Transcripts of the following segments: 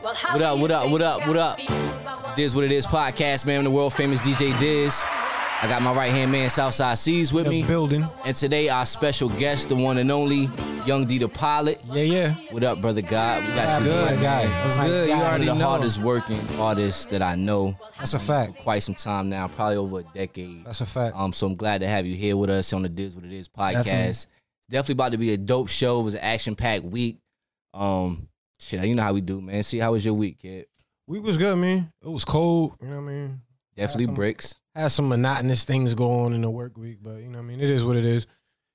What up, what up, what up, what up? Diz What It Is podcast, man. I'm the world famous DJ Diz. I got my right hand man, Southside Seas, with me. building. And today, our special guest, the one and only Young D the Pilot. Yeah, yeah. What up, brother God? We got you Good man. guy. That's good. One of the know. hardest working artists that I know That's a fact. quite some time now, probably over a decade. That's a fact. Um, so I'm glad to have you here with us on the Diz What It Is podcast. Definitely. It's definitely about to be a dope show. It was an action packed week. Um, shit, you know how we do, man. See, how was your week, kid? Week was good, man. It was cold. You know what I mean? Definitely Awesome. bricks. Had some monotonous things go on in the work week, but you know what I mean? It is what it is.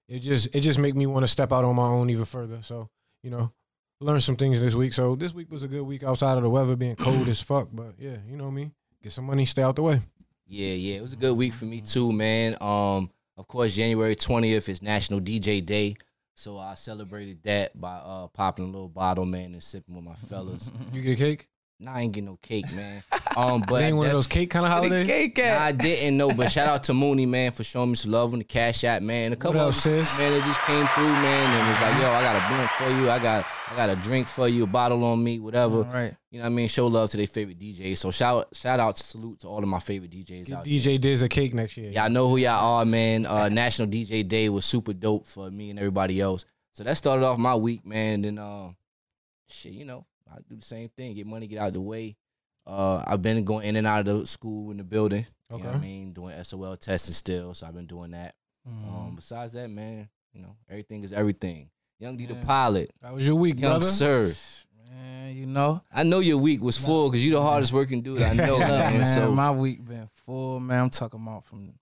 It just it just make me want to step out on my own even further. So, you know, learned some things this week. So this week was a good week outside of the weather being cold as fuck. But yeah, you know me. Get some money, stay out the way. Yeah, yeah. It was a good week for me too, man. Um, of course, January 20th is National DJ Day. So I celebrated that by uh, popping a little bottle, man, and sipping with my fellas. You get a cake? nah, I ain't getting no cake, man. Um, but It I ain't one of def- those cake kind of holidays. Nah, I didn't know, but shout out to Mooney, man, for showing me some love on the Cash App, man. And a couple up, of sis? Mm-hmm. man that just came through, man, and was like, yo, I got a blunt for you, I got I got a drink for you, a bottle on me, whatever. right. You know what I mean? Show love to their favorite DJs. So shout shout out salute to all of my favorite DJs out there. DJ Diz a cake next year. Y'all know who y'all are, man. Uh, National DJ Day was super dope for me and everybody else. So that started off my week, man. And then, uh, shit, you know, I do the same thing. Get money, get out of the way. Uh, I've been going in and out of the school in the building. You know what I Okay. mean? Doing SOL testing still. So I've been doing that. Mm. Um, besides that, man, you know, everything is everything. Young D the Yeah. pilot. That was your week, Young brother. sir. Man, you know, I know your week was full because you the hardest working dude I know, man. man, So my week been full, man. I'm talking about from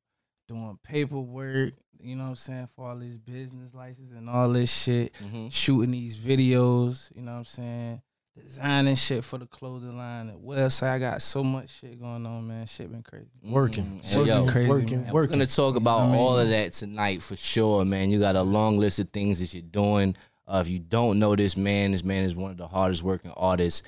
doing paperwork, you know what I'm saying, for all this business license and all this shit, Mhm. shooting these videos, you know what I'm saying, designing shit for the clothing line, the website. I got so much shit going on, man. Shit been crazy. Working. Mm, Hey, yo. Mm, working, Crazy, working, man. We're working. gonna talk about I mean? all of that tonight for sure, man. You got a long list of things that you're doing. Uh, if you don't know this man, this man is one of the hardest working artists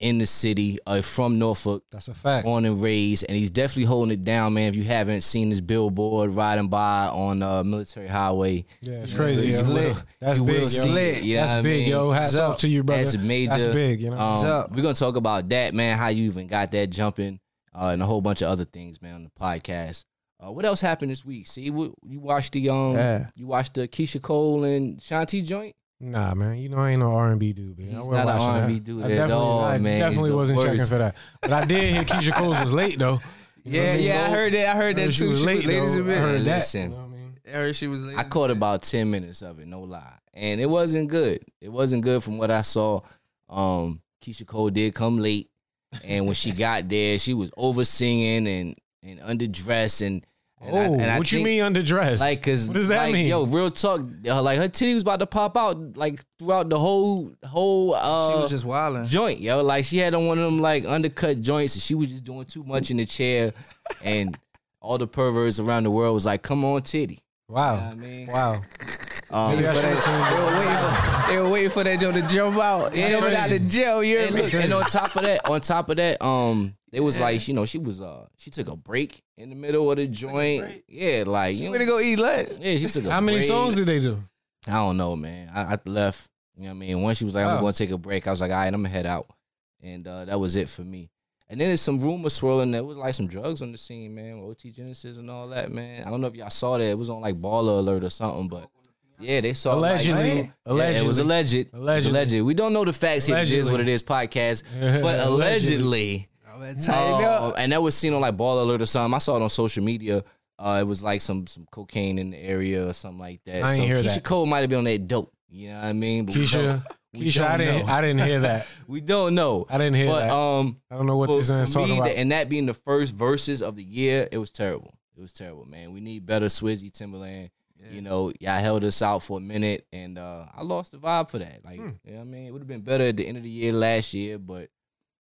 in the city, uh, from Norfolk, That's a fact. born and raised, and he's definitely holding it down, man. If you haven't seen his billboard riding by on uh, Military Highway, Yeah, it's Yeah, crazy. it's yo. lit. That's You big, will yo. see it, you know That's what I big, mean? yo. Hats It's off up. to you, brother. That's major. That's big, you know. Um, What's up? We're gonna talk about that, man. How you even got that jumping, uh, and a whole bunch of other things, man, on the podcast. Uh, what else happened this week? See, what, you watched the um, Yeah. you watched the Keisha Cole and Shanti joint. nah, man. You know I ain't no R and B dude, man. I He's wasn't not an watching that. R&B dude I at definitely, all, I man. He's definitely the wasn't checking worst. for that. But I did hear Keisha Coles was late though. You know what Yeah, mean? yeah, I heard that. I heard that she too. was late. ladies though. and I men. heard that. Listen. You know what I mean? I heard she was ladies I and caught men. about ten minutes of it, no lie, and it wasn't good. It wasn't good from what I saw. Um, Keisha Cole did come late, and when she got there, she was over singing and and underdressed and. and I- Oh, and I what you think- mean underdressed? Like, cause What does that like, mean? Yo, real talk. uh, like her titty was about to pop out like throughout the whole whole uh, She was just wilding. joint. Yo, like she had on one of them like undercut joints, and she was just doing too much in the chair, and all the perverts around the world was like, "Come on, titty." wow, I mean, wow. Um, Maybe I but- should have tuned They in. were waiting for, they were waiting for that joint to jump out. Yeah, Jumping out of jail, you hear and, me? look, and on top of that, on top of that, um, it was like you know she was uh she took a break in the middle of the joint. break? Yeah, like you You know, gonna go eat lunch? yeah, she took a How many break. songs did they do? I don't know, man. I, I left. You know what I mean? Once she was like, I'm Oh. going to take a break, I was like, all right, I'm going to head out. And uh, that was it for me. And then there's some rumors swirling that was like some drugs on the scene, man. with OT Genesis and all that, man. I don't know if y'all saw that. It was on like Baller Alert or something, but yeah, they saw like- Allegedly, Yeah, it was allegedly. alleged. It was Allegedly. alleged. We don't know the facts. here. It is Allegedly. what it is podcast, but allegedly. Tighten Uh, up. and that was seen on like Ball Alert or something. I saw it on social media. Uh, it was like some some cocaine in the area or something like that. I ain't so hear Keisha that. Cole might have been on that dope. You know what I mean? But we Keisha, don't- we Keisha, I don't didn't, know. I didn't hear that. we don't know. I didn't hear but that. um, I don't know what for, this for man's talking me, about. that- and that being the first verses of the year, it was terrible. It was terrible, man. We need better Swizzy Timberland. You know, y'all held us out for a minute, and uh, I lost the vibe for that. Hmm. Like, you know what I mean? It would have been better at the end of the year last year, but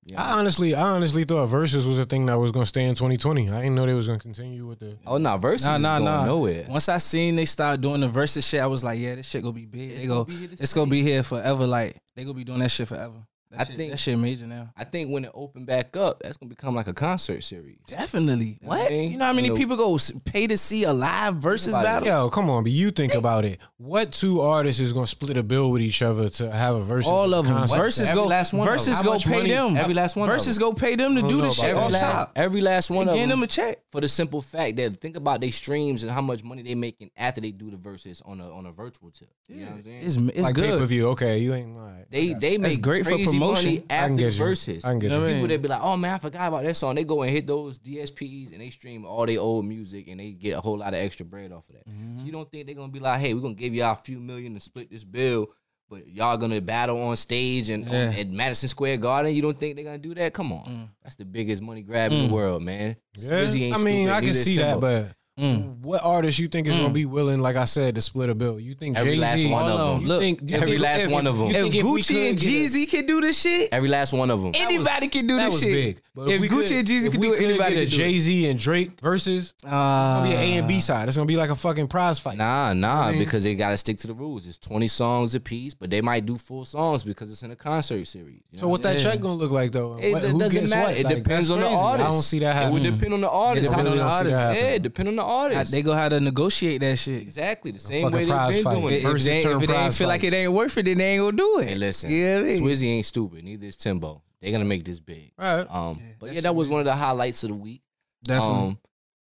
you know, I honestly, I honestly thought verses was a thing that was gonna stay in 2020. I didn't know they was gonna continue with the. oh no, verses Nah, is nah, going nah. nowhere. Once I seen they start doing the versus shit, I was like, yeah, this shit gonna be big. It's they gonna go, be here to it's gonna stay. be here forever. Like they gonna be doing that shit forever. That I shit- think- that shit major now. I think when it opened back up, that's gonna become like a concert series. Definitely. know what I What? mean? You know how many You know- people go s- pay to see a live versus Nobody. battle? Yo, come on, but you think about it. What two artists is gonna split a bill with each other to have a versus? All of them. concert? Versus Every go. last one of them. versus How go much pay money? them. Every last one of Versus them. go pay them to I don't do know this about shit Every that. on last, top. every last one They of getting them, them a check. for the simple fact that think about they streams and how much money they making after they do the verses on a on a virtual tip. You know what I'm saying? It's, it's like pay per good. view. Okay, you ain't lying. they they That's make great for crazy promotion. money I can after the get you. verses. I can get You know you. what I mean? People that be like, oh man, I forgot about that song. They go and hit those DSPs and they stream all their old music and they get a whole lot of extra bread off of that. Mm-hmm. So you don't think they're gonna be like, hey, we're gonna give y'all a few million to split this bill, but y'all gonna battle on stage and Yeah. on- at Madison Square Garden? You don't think they're gonna do that? Come on, Mm. that's the biggest money grab in the world, man. Swizzy Mm. Yeah, ain't I mean, stupid, I can neither is see that, Simba. but Mm. what artist you think is gonna be willing, like I said, to split a bill? You think Every Jay last Z? one of them. You Look, think you every think- last if- one of them. you If think we Gucci could and get a- Jeezy can do this shit, every last one of them. anybody can do that this was shit. big. But if we Gucci could- and Jeezy if can we do it, could anybody get can a do it. Jay Z and Drake versus. Uh, It's gonna be an A and B side. It's gonna be like a fucking prize fight. Nah, nah, because they gotta stick to the rules. It's twenty songs a piece, but they might do full songs because it's in a concert series. you know So what that check gonna look like though? It What- d- who doesn't gets matter. what? It Like, depends that's on the crazy. artist. I don't see that It would happening. depend on the artist. I How really the don't see artist. that happening. Yeah, depend on the I- artist. they go how to negotiate that shit. exactly the same fucking way prize they've been fight. doing If it. they- Versus if, turn it ain't prize feel like it fights. ain't worth it, then they ain't gonna do it. Hey, listen, you know what I mean? Swizzy ain't stupid. Neither is Timbo. They're gonna make this big. All right. Um, but that yeah, that shit was is- one of the highlights of the week. Definitely. Um,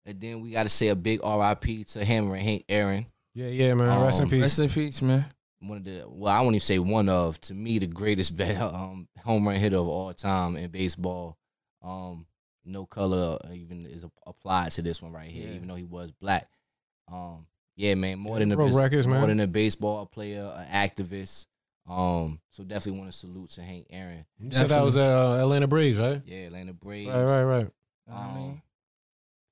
and then we got to say a big RIP to Hammer and Hank Aaron. Yeah, yeah, man. Rest Um, in peace. Rest in peace, man. One of the well, I won't even say one of to me the greatest ba- um, home run hitter of all time in baseball. Um, no color uh, even is ap- applied to this one right here, Yeah. even though he was black. Um, yeah, man, more Yeah, than a broke bas- records, more man. than a baseball player, an activist. Um, so definitely want to salute to Hank Aaron. You said that was uh, Atlanta Braves, right? Yeah, Atlanta Braves. Right, right, right. You know what I mean? Um,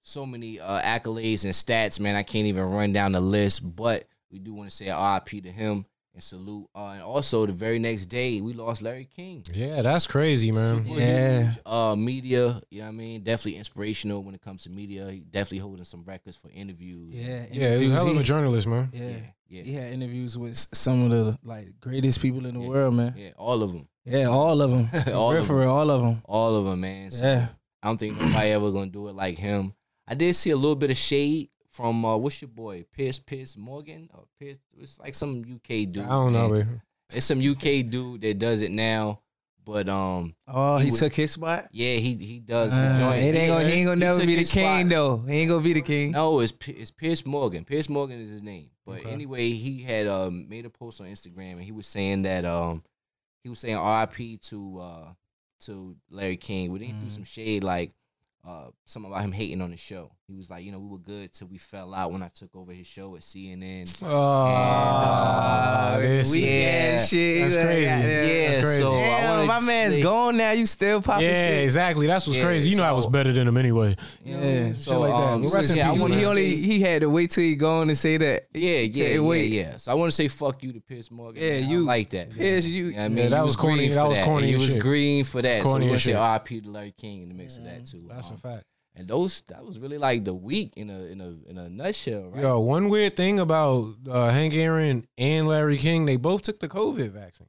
so many uh, accolades and stats, man. I can't even run down the list, but we do want to say RIP to him and salute. Uh, and also, the very next day, we lost Larry King. Yeah, that's crazy, man. Super Yeah. huge, Uh, media, you know what I mean? Definitely inspirational when it comes to media. He definitely holding some records for interviews. Yeah, Yeah, he was a hell of a interviews. journalist, man. He- yeah. Yeah. He had interviews with s- some of the like greatest people in the Yeah. world, man. Yeah. All of them. Yeah, all of them. For All real, of for real, all of them. All of them, man. So Yeah. I don't think nobody ever going to do it like him. I did see a little bit of shade from, uh, what's your boy? Pierce Pierce Morgan? Or Pierce, it's like some UK dude. I don't man. know, man. It's some UK dude that does it now, but um, Oh, He he, was- took his spot. yeah, he he does Uh, the joint. it ain't gonna, he ain't gonna never took be the his king spot. though. He ain't gonna be the king. No, it's P- it's Pierce Morgan. Pierce Morgan is his name. But Okay. anyway, he had um made a post on Instagram and he was saying that um he was saying R.I.P. to uh to Larry King. But then he threw Mm. some shade like uh something about him hating on the show. He was like, you know, we were good till we fell out when I took over his show at CNN. Oh, Ah, this- weekend yeah. shit. That's Like, crazy. goddamn. Yeah, That's crazy. so I Damn, wanted my to man's say- gone now. You still popping Yeah, shit. exactly. That's what's Yeah, crazy. You know, I was so- better than him anyway. Yeah. So, Shit like that. um, Well, so rest in yeah, I peace, wanna man. He only say- he had to wait till he gone and say that. Yeah, yeah, Can't yeah, wait. yeah. So I want to say fuck you to Pierce Morgan. Yeah, I you- like that. Yeah, you. You know what I Yeah, mean, Yeah, that He was corny. green for That was corny He as was shit. green for that. corny so we as say shit. R.I.P. to Larry King in the mix of that too. That's Um, a fact. And those that was really like the week in a in a in a nutshell, right? Yo, one weird thing about uh, Hank Aaron and Larry King, they both took the COVID vaccine.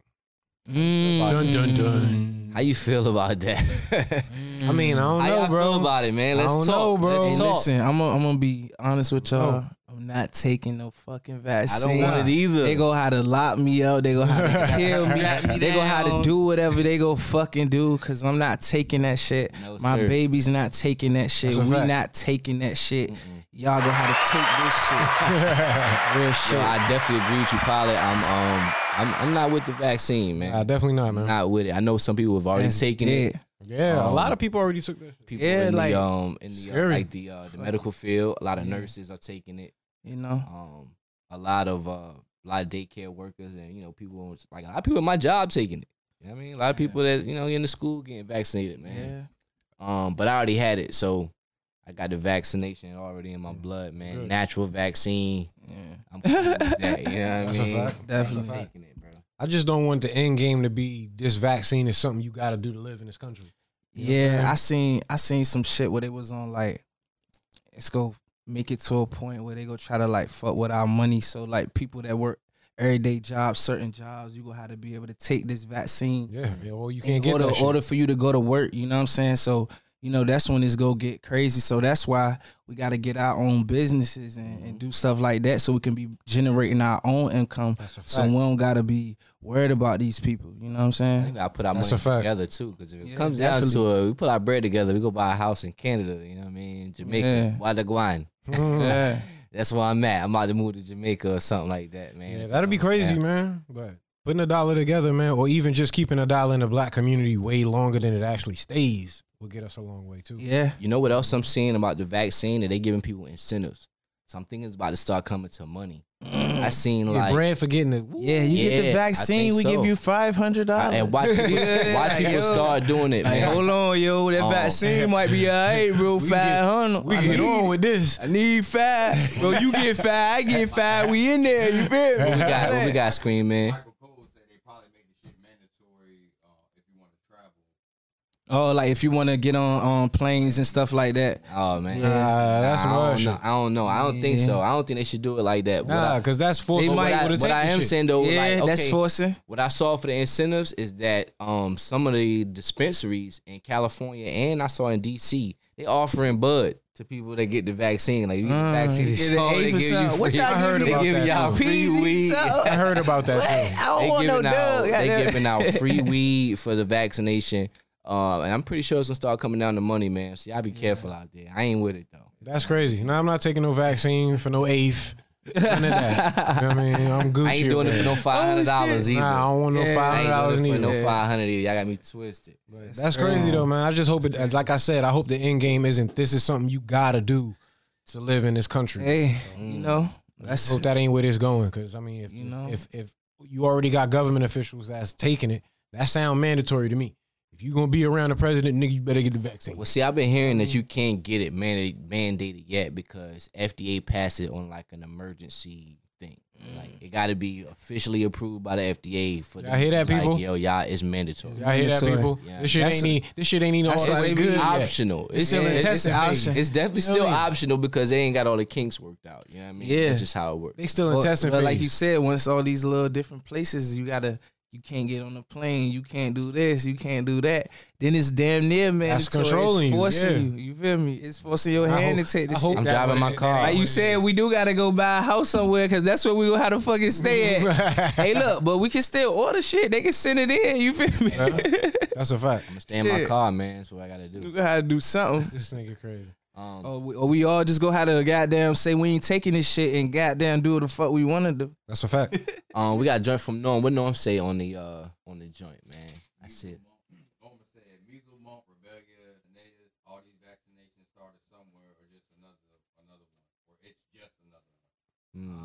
Dun, dun, dun. Mm. How you feel about that? I mean, I don't How know, y'all bro. feel about it, man? I Let's don't talk, know, bro. Let's Hey, talk. listen, I'm gonna I'm gonna be honest with y'all. No. I'm not taking no fucking I vaccine. don't want it either. They go how to lock me up. They go how to kill me. Lock me they go how down. to do whatever they go fucking do. Cause I'm not taking that shit. No, My sir. baby's not taking that shit. That's a we fact. not taking that shit. Y'all go how to take this shit. Real shit. Yo, I definitely agree with you, Pilot. I'm um I'm I'm not with the vaccine, man. Nah, definitely not, I'm man. not with it. I know some people have already That's taken dead. it. Yeah, Um, a lot of people already took this. people Yeah, in like, the um in the uh, scary. like the uh, the medical field. A lot of Yeah. nurses are taking it. You know. Um, a lot of uh, a lot of daycare workers and you know people like a lot of people at my job taking it. You know what I mean, a lot of people that you know in the school getting vaccinated, man. Yeah. Um, but I already had it, so I got the vaccination already in my blood, man. Good. Natural vaccine. Yeah. I'm cool with that. You know what I That's a mean? fact. Definitely. I'm taking it, bro. I just don't want the end game to be this vaccine is something you got to do to live in this country. You know what I'm Yeah, saying? I seen I seen some shit where they was on like, it's go make it to a point where they go try to like fuck with our money. So like people that work everyday jobs, certain jobs, you gonna have to be able to take this vaccine Yeah, man, well, you can't in get order, that shit. order for you to go to work. You know what I'm saying? So you know that's when it's gonna get crazy. So that's why we got to get our own businesses and, Mm-hmm. and do stuff like that, so we can be generating our own income. That's a So fact. we don't gotta be worried about these people. You know what I'm I saying? think I put our That's a money fact. together too, because if it Yeah, comes down to definitely. it, we put our bread together. We go buy a house in Canada. You know what I mean? Jamaica, Yeah. Guadaluan. Mm-hmm. Yeah. That's where I'm at. I'm about to move to Jamaica or something like that, man. Yeah, that'd be crazy, Yeah. man. But putting a dollar together, man, or even just keeping a dollar in the black community way longer than it actually stays will get us a long way too. Yeah. You know what else I'm seeing about the vaccine? That they giving people incentives. So I'm thinking it's about to start coming to money. Mm. I seen Get like bread for getting it. Yeah, you get Yeah, the I vaccine, think we so. give you five hundred dollars. and watch people, Yeah, watch like, people yo. start doing it, Like, man. hold on, yo, that Oh. vaccine might be alright, bro. We get- Five hundred. We I get need, on with this. I need five, bro. You get five, I get five. We in there. You feel me? What we got what we got screen, man. Michael Cole said they probably make the shit mandatory uh, if you want to travel. Oh, like if you want to get on on planes and stuff like that. Oh man. Yeah. Nah, that's some I other don't, shit. know. I don't know. I don't think so. I don't think they should do it like that. What Nah, I- because that's but forcing what might- I, people what to take I this am shit. saying though, yeah, Oh, like, that's okay, forcing. what I saw for the incentives is that um some of the dispensaries in California and I saw in DC they offering bud to people that get the vaccine. Like you get the Mm, vaccine, you get an so eight Oh, they for give you something. free. What y'all I heard giving? about they giving that, y'all too. free weed. I heard about that too. I don't They want no giving out dub. they goddamn. giving out free weed for the vaccination. Uh, and I'm pretty sure it's gonna start coming down to money, man. So y'all be careful out there. I ain't with it though. That's crazy. No, I'm not taking no vaccine for no eighth. None of that. You know what I mean, I'm Gucci. I ain't doing over it for here. no five hundred dollars either. Nah, I don't want no Yeah. five I hundred ain't dollars doing it for neither. no five hundred either. Y'all got me twisted. That's crazy though, man. I just hope it. Like I said, I hope the end game isn't. This is something you gotta do to live in this country. Hey, Mm. you know I that's hope that ain't where this going. Because I mean, if You if- know. if, if you already got government officials that's taking it, that sound mandatory to me. If you gonna be around the president, nigga, you better get the vaccine. Well, see, I've been hearing that you can't get it mandated, mandated yet because FDA passed it on like an emergency thing. Like it got to be officially approved by the FDA for. Y'all hear that, like, people? Yo, y'all, it's mandatory. Y'all hear that, mandatory. people? Yeah. This shit That's ain't. need- This shit ain't even that's all the that way good. we- yet. Optional. It's, still in it's, testing it's- phase. it's definitely You know still what I mean? optional because they ain't got all the kinks worked out. You know what I mean? Yeah. That's just how it works. They still in Well, testing well, phase. like you said, once all these little different places, you gotta, you can't get on the plane, you can't do this, you can't do that. Then it's damn near man. That's so it's controlling you, forcing yeah. you. You feel me? It's forcing your I hand hope- to take the I shit. hope I'm that driving one- my car. that Like you one said, is. we do gotta go buy a house somewhere because that's where we gonna have to fucking stay at. hey, look, but we can still order shit. They can send it in. You feel me? That's a fact. I'm gonna stay in my Shit. car, man. That's what I gotta we do. gonna have to do something. This nigga crazy. Um, Or we, or we all just go have to goddamn say we ain't taking this shit and goddamn do what the fuck we want to do. That's a fact. um, we got a joint from Norm. What Norm say on the uh on the joint, man? I said Bowman said measles, mumps, rubella, tetanus, all these vaccinations started somewhere or just another another one or it's just another one.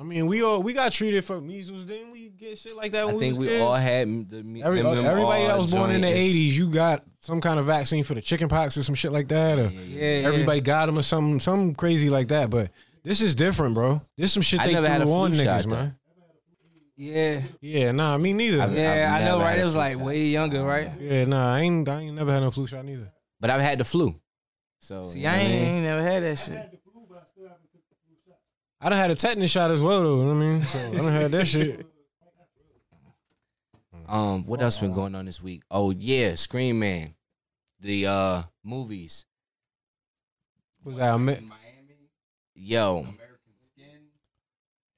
I mean, we all we got treated for measles. Didn't we get shit like that? I When think was we kids? all had m- the me- Every, the MMR everybody that was born in the joint is- eighties, you got some kind of vaccine for the chicken pox or some shit like that, or Yeah, everybody got them or something, something crazy like that. But this is different, bro. This some shit I they never threw had a flu on niggas, shot, though. man. yeah. Yeah, nah, me neither. I've- Yeah, I've I know, never right? had It a was flu like shot. way younger, right? yeah, nah, I ain't, I ain't never had no flu shot neither. But I've had the flu. So you See, know I what ain't, mean? ain't never had that shit. I done had a tetanus shot as well, though. You know what I mean, so I done had that shit. Um, what else been going on this week? Oh yeah, Scream Man, the uh movies. Was that a mi- In Miami, Yo, American Skin.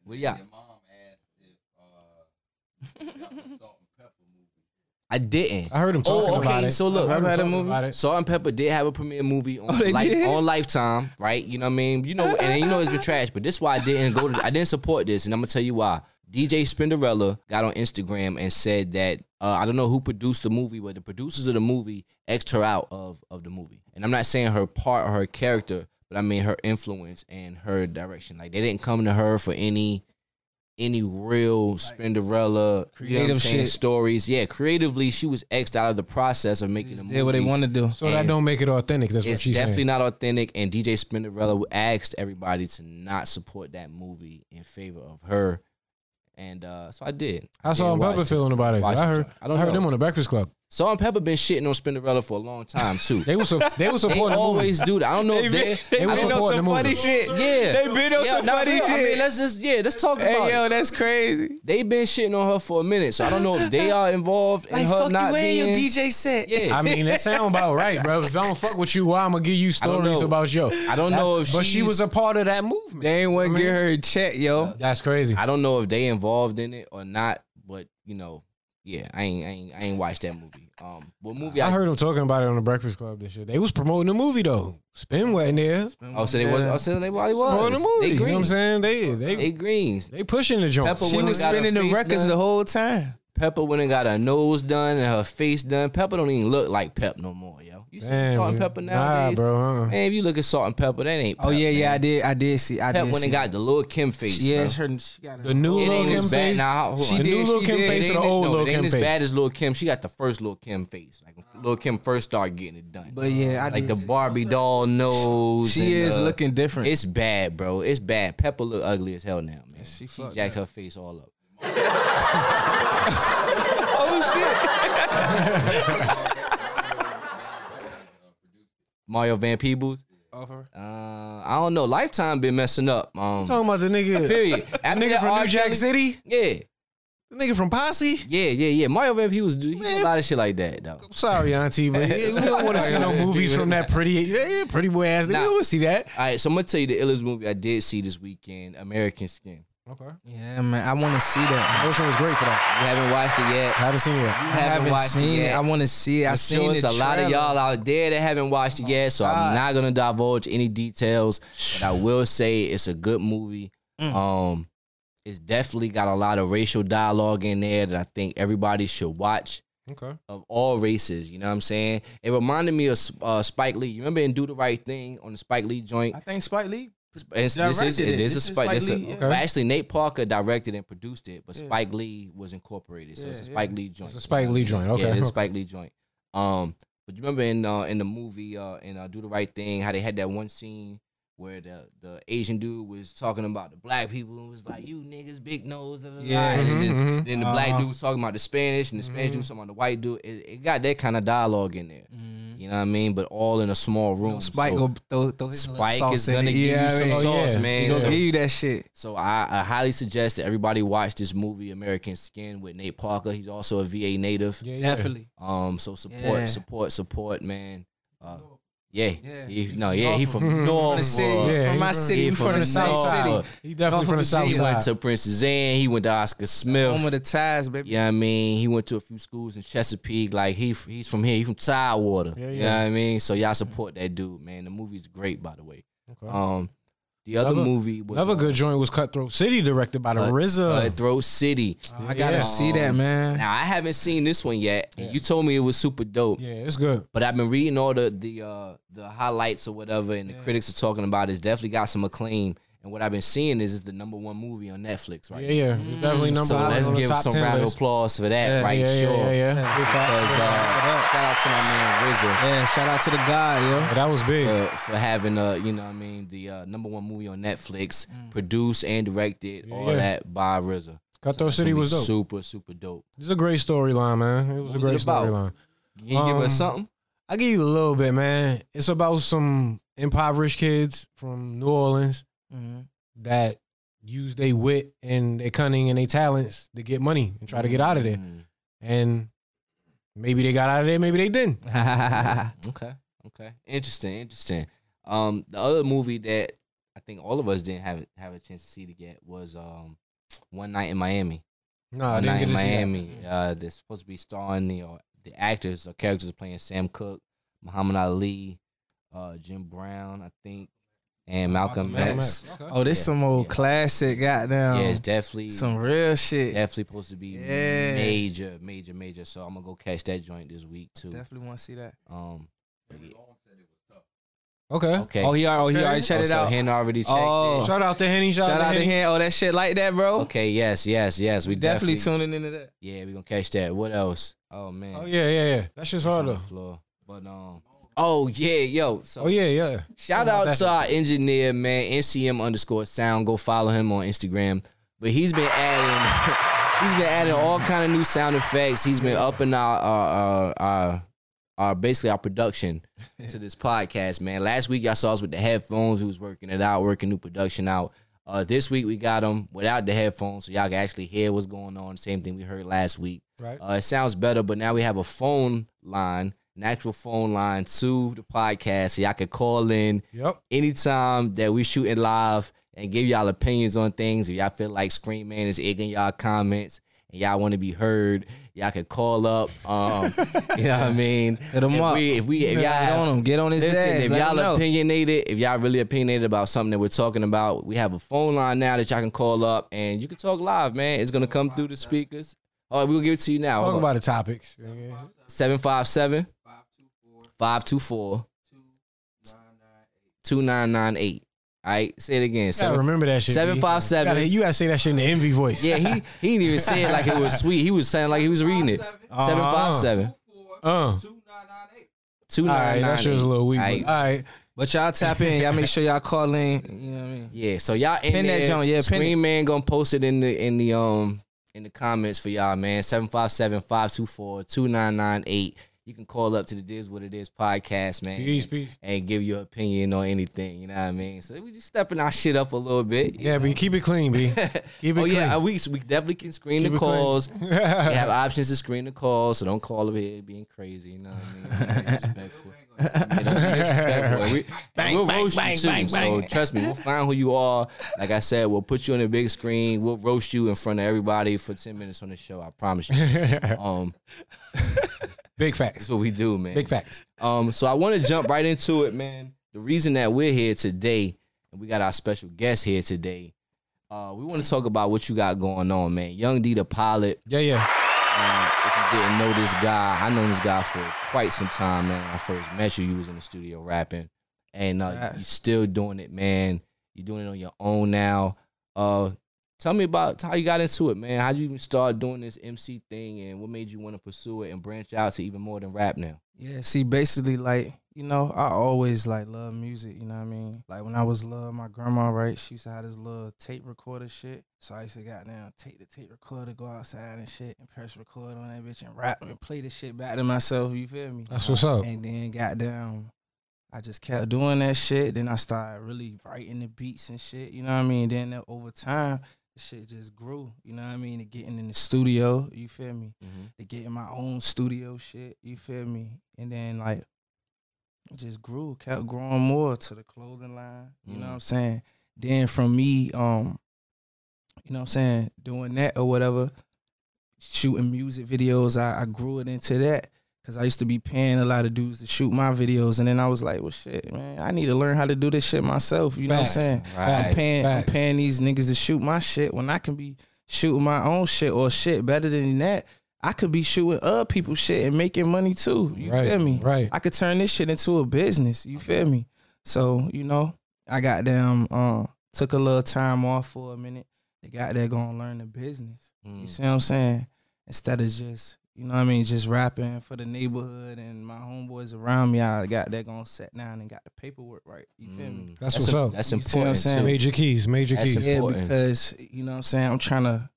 Well, then yeah. Your mom asked if uh, that was Salt and Pepper movie. I didn't. I heard him Oh, talking okay, about it. so look. I heard him Remember that talking movie? about it. Salt and Pepper did have a premiere movie on, Oh, they Life- did? on Lifetime, right? You know what I mean? You know, and you know it's been trash, but this why I didn't go to I didn't support this, and I'm gonna tell you why. DJ Spinderella got on Instagram and said that uh, I don't know who produced the movie, but the producers of the movie xed her out of of the movie. And I'm not saying her part or her character, but I mean her influence and her direction. Like they didn't come to her for any any real Spinderella you know what I'm Creative saying, shit. stories. Yeah, creatively she was xed out of the process of making the Just movie did what they want to do. So that And don't make it authentic. That's what it's she's definitely saying. not authentic. And DJ Spinderella asked everybody to not support that movie in favor of her, and uh, so I did. I saw did him watch Pepper it. feeling about it. Watch I it. heard. I don't I heard know. them on the Breakfast Club. Salt and Pepper been shitting on Spinderella for a long time too. They was su- they was They supporting the movie. always do that. I don't know if they. they I was don't know. supporting the movie. shit. Yeah, They been on Yeah, some nah, funny yeah, I shit. mean, let's just yeah, let's talk about Hey yo, it. that's crazy. They been shitting on her for a minute, so I don't know if they are involved in Like her fuck you not and being. your DJ set. Yeah, I mean, that sound about right, bro. If I don't fuck with you, why I'm gonna give you I don't stories know. about yo? I don't know if But she she's- was a part of that movement. They ain't want to I mean- get her a check, yo. That's crazy. I don't know if they involved in it or not, but you know, yeah, I ain't, I ain't, I ain't watched that movie. Um, what movie? I, I heard them talking about it on the Breakfast Club this year. They was promoting the movie though. Spin wet in there. Oh, so they was. Oh, so they probably was. Promoting the movie. They You know what I'm greens. saying? They they They greens. they pushing the joint. Pepper She wouldn't was got her spinning the face records done. the whole time. Pepper went and got her nose done and her face done. Pepper don't even look like Pep no more, yo. You see Damn, Salt and man. Pepper nowadays? Nah, bro. Uh-uh. Man, if you look at Salt and Pepper, that ain't. Oh Pep, yeah, yeah, I man. did, I did see, I Pep did went see. and got the little Kim face. yeah, bro. her, she got her The new It little ain't Kim as bad face. now. Hold She on. The did, new little she Kim did. It face or ain't, the it- old no, little it ain't Kim as face? bad as Lil Kim. She got the first Lil Kim face. Like when Lil Kim first started getting it done. But yeah, I like the did see. Barbie doll nose. She and is the- looking different. It's bad, bro. It's bad. Pepper look ugly as hell now, man. she She, fucked jacked her face all up. oh Mario Van Peebles. shit. Uh, I don't know. Lifetime been messing up. Um, Talking about the nigga, period. After nigga that from R. New Jack Kelly- City, Yeah, the nigga from Posse. yeah, yeah, yeah. Mario Van Peebles do he do Man. a lot of shit like that though. I'm sorry, auntie, but we don't want to see no movies from that pretty, yeah, pretty boy ass. Nigga. We Nah. don't want to see that. All right, so I'm gonna tell you the illest movie I did see this weekend: American Skin. Okay, Yeah, man, I want to see that. Ocean was great for that. You haven't watched it yet. I haven't seen it. Yet. I haven't haven't, watched it seen it. yet. I want to see it. I I'm seen sure the it's a lot of trailer. y'all out there that haven't watched it yet, so God. I'm not gonna divulge any details. But I will say it's a good movie. Mm. Um, it's definitely got a lot of racial dialogue in there that I think everybody should watch Okay, of all races. You know what I'm saying? It reminded me of uh, Spike Lee. You remember in Do the Right Thing on the Spike Lee joint? I think Spike Lee. It's, this is directed it. This, it. This is is Spike. Spike this is- Lee, yeah. well, actually, Nate Parker directed and produced it, but Yeah. Spike Lee was incorporated, so it's a Yeah, Spike Lee joint. it's a Spike Lee joint. Okay, Yeah, it's okay. a Spike Lee joint. Um, but you remember in uh, in the movie uh, in uh, Do the Right Thing, how they had that one scene where the the Asian dude was talking about the black people and was like, "You niggas, big nose." da, da, da," Yeah. and then, Mhm, then the Uh-huh. Mm-hmm. black dude was talking about the Spanish, and the Spanish dude was talking about the white dude. It, it got that kind of dialogue in there. You know what I mean? But all in a small room. Spike Oh, So go throw, throw his little Spike sauce is in gonna it. give you, Yeah, I some mean, oh, sauce, yeah. He man. gonna So- give you that shit. so I, I highly suggest that everybody watch this movie, American Skin, with Nate Parker. He's also a VA native. yeah, yeah. Definitely. Um, so support, Yeah. support, support, man. Uh, yeah, Yeah. He- He no, from yeah, he Norfolk. from From the North. city, Yeah, from he my from- city, he we from from the the same South. city. Norfolk, He definitely from the south He went side. to Princess Anne. He went to Oscar Home of Smith. the ties, baby. Yeah, I mean, he went to a few schools in Chesapeake. Like he, f- he's from here. He from Tidewater. Yeah, You know yeah. what I mean? So y'all support that dude, man. The movie's great, by the way. Okay. Um, the other Another- movie was Another uh, good joint was Cutthroat City, directed by the Cut- RZA. Cutthroat City. I gotta Yeah. see that, man. Now I haven't seen this one yet. And you told me it was super dope. Yeah, it's good. But I've been reading all the the uh, the highlights or whatever, and the critics are talking about. It's definitely got some acclaim. And what I've been seeing is it's the number one movie on Netflix right Yeah, yeah, it's definitely now. number Mm. So one let's on the give top some ten round of list. applause for that, right? yeah, sure. Yeah, yeah, yeah. Big facts, Because, big facts. uh, shout out to my man RZA Yeah, shout out to the God, yo. Yeah, that was big. for, for having uh you know what I mean the uh, number one movie on Netflix, produced and directed all Mm. yeah. that by RZA. Cutthroat City Gonna be was dope. super super dope. It's a great storyline, man. It was What a was great it about? storyline. Can you give Um, us something? I give you a little bit, man. It's about some impoverished kids from New Orleans that use their wit and their cunning and their talents to get money and try to get out of there. Mm. And maybe they got out of there, maybe they didn't. okay. Okay. Interesting. Interesting. Um, the other movie that I think all of us didn't have have a chance to see to get was um, One Night in Miami. No, Oh, I One didn't Night get in to see that. Miami. Mm-hmm. Uh, they're supposed to be starring the uh, the actors or characters playing Sam Cooke, Muhammad Ali, uh, Jim Brown, I think, and Malcolm, Malcolm X. X. Okay. Oh, this Yeah, some old yeah. classic, goddamn. Yeah, it's definitely Um, some real shit. definitely supposed to be Yeah. major, major, major. So I'm gonna go catch that joint this week too. Definitely want to see that. Um, Okay. okay. Oh, he already, oh, he Okay. already checked Oh, it so out. Hen already checked Oh. it. Shout out to Henny. Shout, Shout out to Henny. him. Oh, that shit like that, bro. Okay, yes, yes, yes. We Definitely, definitely, tuning into that. Yeah, we gonna catch that. What else? Oh man. Oh yeah, yeah, yeah. That shit's It's on hard the though. floor. But um Oh yeah, yo. So Oh yeah, yeah. shout Talking about out that. to our engineer, man, NCM underscore sound. Go follow him on Instagram. But he's been adding he's been adding all kind of new sound effects. He's been upping our our our, our, our uh, basically our production to this podcast, man. Last week y'all saw us with the headphones. We was working it out, working new production out. Uh, this week we got them without the headphones, so y'all can actually hear what's going on. Same thing we heard last week. Right. Uh, it sounds better, but now we have a phone line, an actual phone line to the podcast, so y'all can call in Yep. anytime that we shooting live and give y'all opinions on things, if y'all feel like screaming is egging y'all comments and y'all want to be heard, y'all can call up. Um, you know what I mean? Hit 'em if up. We, if we, if y'all get have- on him, get on his Ah. Listen, ass. if let y'all him know. opinionated, if y'all really opinionated about something that we're talking about, we have a phone line now that y'all can call up and you can talk live, man. It's gonna come through the speakers. Oh, we'll give it to you now. Talk about the topics. 757 524 2998. All right, say it again. Gotta Seven- remember that shit. B. 757. You gotta- You gotta say that shit in the envy voice. Yeah, he he didn't even say it like it was sweet. He was saying like he was reading it. Uh-huh. Seven five seven Uh. two All right, nine that nine shit was a eight. little weak. All but right. All right. But y'all tap in. Y'all make sure y'all call in. You know what I mean? Yeah, so y'all in Pin that there, joint, yeah, pin Screen man gonna post it in the in the um in the comments for y'all, man. 757-524-2998. You can call up to the Diz What It Is podcast, man. Peace, peace. And give your opinion on anything, you know what I mean? So we just stepping our shit up a little bit. Yeah, but you keep it clean, B. Keep it oh clean. yeah, we we definitely can screen Keep the it clean. calls. We have options to screen the calls, so don't call over here being crazy. You know what I mean? Don't be Disrespectful. Yeah, don't be disrespectful. We, Bang, will bang, roast bang, you too. bang, so bang. trust me, we'll find who you are. Like I said, we'll put you on the big screen. We'll roast you in front of everybody for ten minutes on the show. I promise you. Um, Big that's facts. what we do, man. Big facts. Um, so I want to jump right into it, man. The reason that we're here today, and we got our special guest here today, uh, we want to talk about what you got going on, man. Young D the pilot. Yeah, yeah. Um, if you didn't know this guy, I known this guy for quite some time, man. When I first met you, you was in the studio rapping, and uh, Nice. you still doing it, man. You're doing it on your own now. Uh, tell me about how you got into it, man. How would you even start doing this MC thing, and what made you want to pursue it and branch out to even more than rap now? Yeah, see, basically, like, you know, I always like love music, you know what I mean? Like when I was little, my grandma, right, she used to have this little tape recorder shit. So I used to goddamn take the tape recorder, go outside and shit, and press record on that bitch and rap and play the shit back to myself, you feel me? That's what's up. And then goddamn, I just kept doing that shit. Then I started really writing the beats and shit. You know what I mean? Then uh, over time, the shit just grew. You know what I mean? To getting in the studio, you feel me? To getting my own studio shit, you feel me? And then like, it just grew, kept growing more to the clothing line. You know Mm. what I'm saying? Then from me, um, you know what I'm saying, doing that or whatever, shooting music videos, I, I grew it into that. Cause I used to be paying a lot of dudes to shoot my videos, and then I was like, "Well, shit, man, I need to learn how to do this shit myself." You know Facts. what I'm saying? I'm Right. paying, I'm Facts. paying these niggas to shoot my shit when I can be shooting my own shit or shit better than that. I could be shooting other people's shit and making money too. You right. feel me? Right. I could turn this shit into a business. You feel me? So you know, I got them. Uh, took a little time off for a minute. They got there going to learn the business. Mm. Mm. You see what I'm saying? Instead of just you know what I mean, just rapping for the neighborhood and my homeboys around me. I got there going to sit down and got the paperwork right. You feel me? That's what's up. That's You see what I'm important. saying? too. Major keys. Major That's keys. a- Yeah, important. because you know what I'm saying. I'm trying to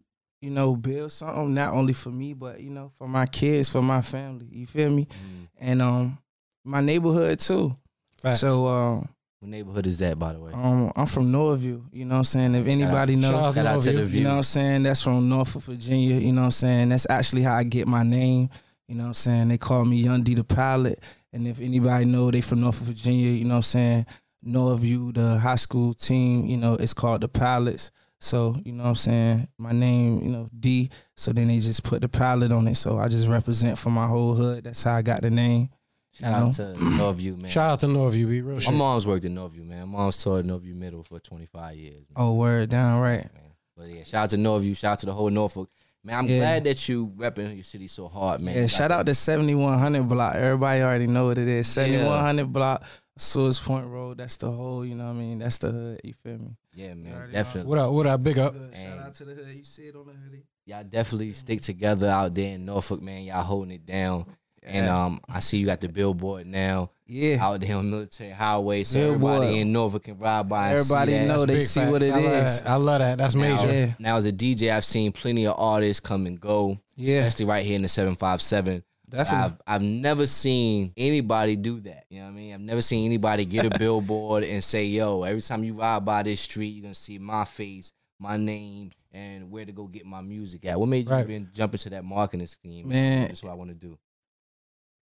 you know build something not only for me but you know for my kids, for my family. You feel me? Mm. And um, my neighborhood too. Facts. So um, What neighborhood is that, by the way? um, I'm from Norview. You know what I'm saying? If Shout out- anybody shout knows, out Shout out to Norview. the You view. you know what I'm saying? That's from Norfolk, Virginia. You know what I'm saying? That's actually how I get my name. You know what I'm saying? They call me Young D the Pilot. And if anybody know they from Norfolk, Virginia, you know what I'm saying? Norview, the high school team, you know, it's called the Pilots. So, you know what I'm saying? My name, you know, D. So then they just put the pilot on it. So I just represent for my whole hood. That's how I got the name. Shout out to Northview, man. Shout out to Norview, B. Real My shit. mom's worked in Northview, man. My mom's taught at Northview Middle for 25 years. Man. Oh, word down, right. man. But yeah, shout out to Northview. Shout out to the whole Norfolk. Man, I'm Yeah. glad that you repping your city so hard, man. Yeah, You shout got out to 7100 block. Everybody already know what it is. 7100 block, Sewers Point Road. That's the whole, you know what I mean? That's the hood. You feel me? that. Yeah, You man, already definitely. What up? What up? Big up. Shout out to the hood. You see it on the hoodie. Y'all definitely stick together out there in Norfolk, man. Y'all holding it down. And Yeah. um, I see you got the billboard now. Yeah. out there on Military Highway, so Yeah, everybody boy. in Norfolk can ride by. And Everybody see that. know they Big see facts. what it I love is. that. I love that. That's Now, major. Yeah. now as a DJ, I've seen plenty of artists come and go, Yeah. especially right here in the seven five seven. Definitely. I've I've never seen anybody do that. You know what I mean? I've never seen anybody get a billboard and say, "Yo, every time you ride by this street, you're gonna see my face, my name, and where to go get my music at." What made Right. you even jump into that marketing scheme? Man. that's what I want to do.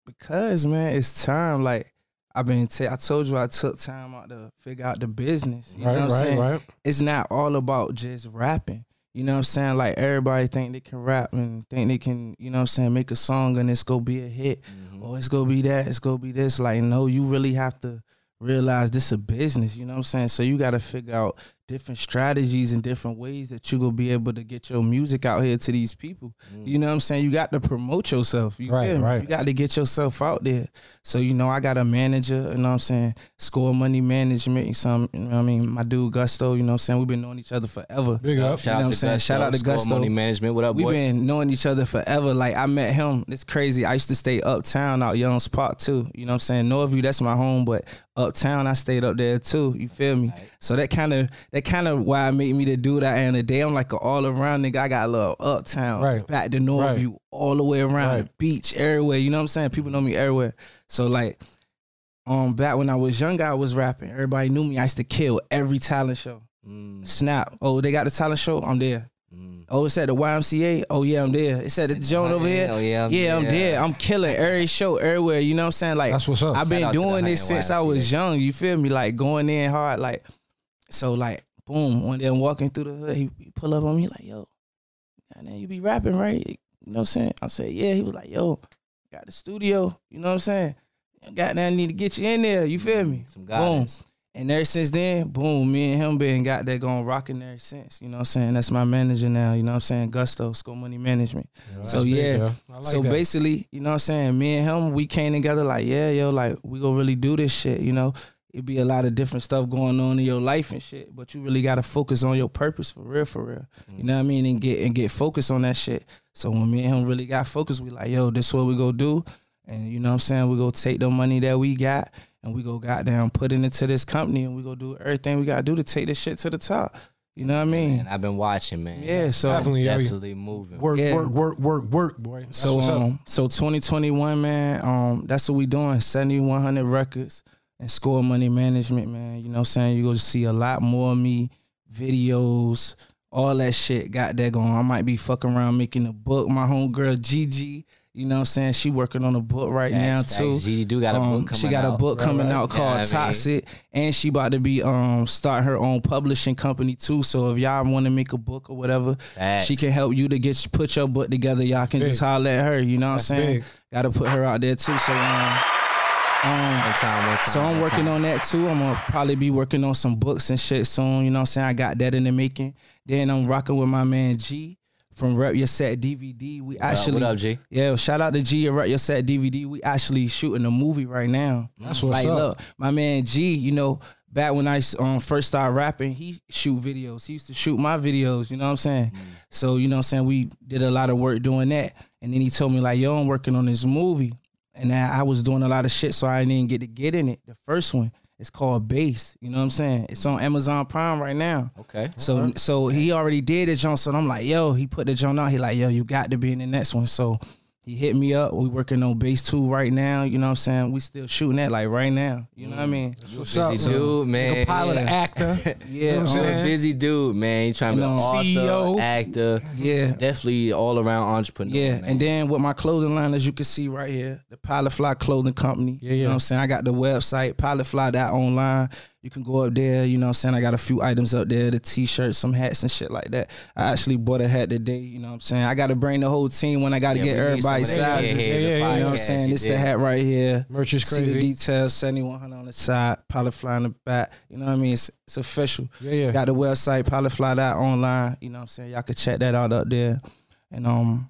Because man, it's time. Like I've been ta- I told you I took time out to figure out the business. You Right, know what I'm right, saying? right. It's not all about just rapping. You know what I'm saying? Like everybody think they can rap and think they can, you know what I'm saying, make a song and it's gonna be a hit. Oh, it's gonna be that, it's gonna be this. Like, no, you really have to realize this a business, you know what I'm saying? So you gotta figure out different strategies and different ways that you gonna be able to get your music out here to these people. You know what I'm saying? You got to promote yourself. You Right, feel me? right. You got to get yourself out there. So, you know, I got a manager, you know what I'm saying? Score money management. Some you know what I mean, my dude Gusto, you know what I'm saying? We've been knowing each other forever. Big up. Shout know what out I'm to saying? Gusto, Shout out to Score Gusto. Money Management. What up, We've boy? been knowing each other forever. Like I met him. It's crazy. I used to stay uptown out Young's Park too. You know what I'm saying? Northview, that's my home, but uptown I stayed up there too. You feel me? So that kind of that kind of why it made me to do that. And today I'm like an all around nigga. I got a little uptown, Right. back to Northview, all the way around the Right. beach, everywhere. You know what I'm saying? People know me everywhere. So like um back when I was younger, I was rapping. Everybody knew me. I used to kill every talent show. Mm, Snap. Oh, they got the talent show? I'm there. mm. Oh, it's at the YMCA. Oh yeah, I'm there. It's at the joint over here. Oh, yeah, I'm yeah, I'm there. there. I'm killing every show everywhere. You know what I'm saying? Like That's what's up. I've Shout been out to the doing this Huntington since I was young. You feel me? Like going in hard. Like so, like boom. One day I'm walking through the hood. He, he pull up on me like, yo, and then you be rapping, right? You know what I'm saying? I said, yeah. He was like, yo, got the studio. You know what I'm saying? Got now need to get you in there. You feel me? Some Boom. guidance. And ever since then, boom, me and him been got that going rocking ever since. You know what I'm saying? That's my manager now. You know what I'm saying? Gusto, School Money Management. That's so, big, yeah. yo. I like so that. basically, you know what I'm saying? Me and him, we came together like, yeah, yo, like we gonna really do this shit, you know? It be a lot of different stuff going on in your life and shit, but you really gotta focus on your purpose for real, for real. You know what I mean? And get and get focused on that shit. So when me and him really got focused, we like, yo, this what we gonna do. And you know what I'm saying? We go take the money that we got and we go goddamn put it into this company and we go do everything we gotta do to take this shit to the top. You know what I mean? And I've been watching, man. Yeah, so definitely yo, you- Definitely moving. work, Yeah. work, work, work, work, boy. That's So what's up. um, so 2021, man. Um, that's what we doing. 7100 records and score money management, man. You know, what I'm saying you gonna see a lot more of me, videos, all that shit. Got that going. I might be fucking around making a book. My homegirl Gigi. You know, what I'm saying she working on a book right Facts, now too. facts. Gigi do got a Um, book coming she got out. a book Right, coming right. out called Yeah, I mean- Toxic, and she about to be um start her own publishing company too. So if y'all want to make a book or whatever, Facts. she can help you to get put your book together. Y'all can Big. just holler at her. You know what That's I'm saying? big. Got to put her out there too. So um, um, One time, one time, so I'm one working time. on that too. I'm gonna probably be working on some books and shit soon. You know what I'm saying? I got that in the making. Then I'm rocking with my man G from Rep Your Set DVD. We up, actually what up, G? Yeah, shout out to G at Rep Your Set DVD. We actually shooting a movie right now. That's what's like, up. look, my man G, you know, back when I um, first started rapping, he shoot videos. He used to shoot my videos, you know what I'm saying? So, you know what I'm saying? We did a lot of work doing that. And then he told me, like, yo, I'm working on this movie. And I, I was doing a lot of shit, so I didn't even get to get in it. The first one, it's called Base. You know what I'm saying? It's on Amazon Prime right now. Okay. So so he already did the joint. So I'm like, yo, he put the joint out. He like, yo, you got to be in the next one. So he hit me up. We working on base two right now. You know what I'm saying? We still shooting that like right now. You know what I Mm. mean? What's up, busy dude, man. Like a pilot, an actor. you know Yeah, what I'm You're a saying? busy dude, man. You trying to be You an know, author, CEO. actor. E Yeah. Definitely all around entrepreneur. Yeah, man. and then with my clothing line, as you can see right here, the Pilot Fly Clothing Company. Yeah, You yeah. know what I'm saying? I got the website, pilotfly.online. You can go up there, you know what I'm saying? I got a few items up there, the t shirts, some hats and shit like that. I actually bought a hat today, you know what I'm saying? I got to bring the whole team when I got to Yeah, get we need everybody some of that sizes. Yeah, head-to-head yeah, yeah. You know what I'm podcast saying? you This the did. hat right here. Merch is See the crazy. details, 7100 on the side, pilot fly in the back. You know what I mean? It's, it's official. Yeah, yeah. Got the website, pilotfly.online. You know what I'm saying? Y'all could check that out up there. And um,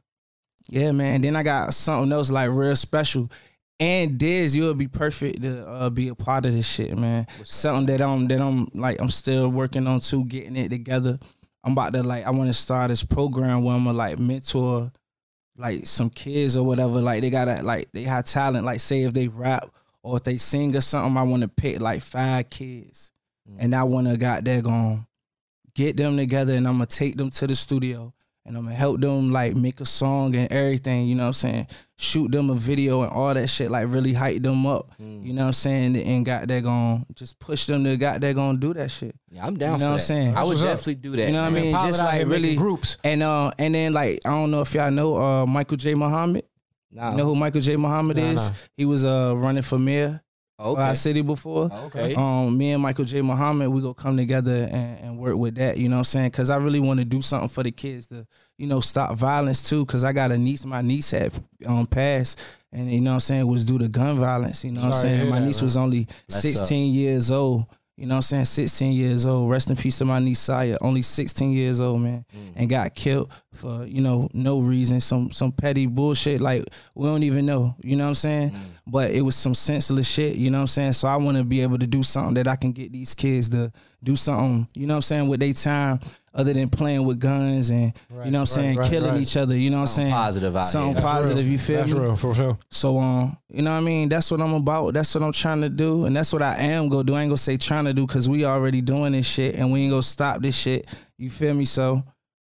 yeah, man. And then I got something else like real special. And Diz, you'll be perfect to uh, be a part of this shit, man. something that I'm that I'm like I'm still working on too, getting it together. I'm about to like I want to start this program where I'm gonna like mentor like some kids or whatever. Like they gotta like they have talent. Like say if they rap or if they sing or something, I want to pick like five kids, and I want to got there going, get them together, and I'm gonna take them to the studio, and I'm gonna help them like make a song and everything. You know what I'm saying? Shoot them a video and all that shit, like really hype them up. Mm. You know what I'm saying? And got there going, just push them to got there going do that shit. Yeah, I'm down You for know what that. I'm saying? I would That's what's up. definitely do that. You know what I man. mean? Pilot Just out like here making really groups. And uh, and then like I don't know if y'all know uh Michael J. Muhammad. Nah. You know who Michael J. Muhammad Uh-huh. Nah, is? nah. He was uh running for mayor for Okay. our city before. Uh-huh. Okay. Um, me and Michael J. Muhammad, we gonna come together and, and work with that. You know what I'm saying? Cause I really want to do something for the kids to, you know, stop violence too. Cause I got a niece. My niece had um passed, and you know what I'm saying was due to gun violence. You know what I'm Sorry to saying? hear My that, niece man. was only That's 16 years old. You know what I'm saying? 16 years old. Rest in peace to my niece Saya. Only 16 years old, man, Mm. and got killed for you know no reason. Some some petty bullshit. Like we don't even know. You know what I'm saying? Mm. But it was some senseless shit. You know what I'm saying? So I want to be able to do something that I can get these kids to do something. You know what I'm saying? With their time, other than playing with guns and you know what I'm right, saying, right, killing right. each other. You know what Something I'm saying? positive out Something here. That's positive. real. You feel That's me? real for sure. So um, you know what I mean? That's what I'm about. That's what I'm trying to do, and that's what I am gonna do. I ain't gonna say trying to do because we already doing this shit, and we ain't gonna stop this shit. You feel me? So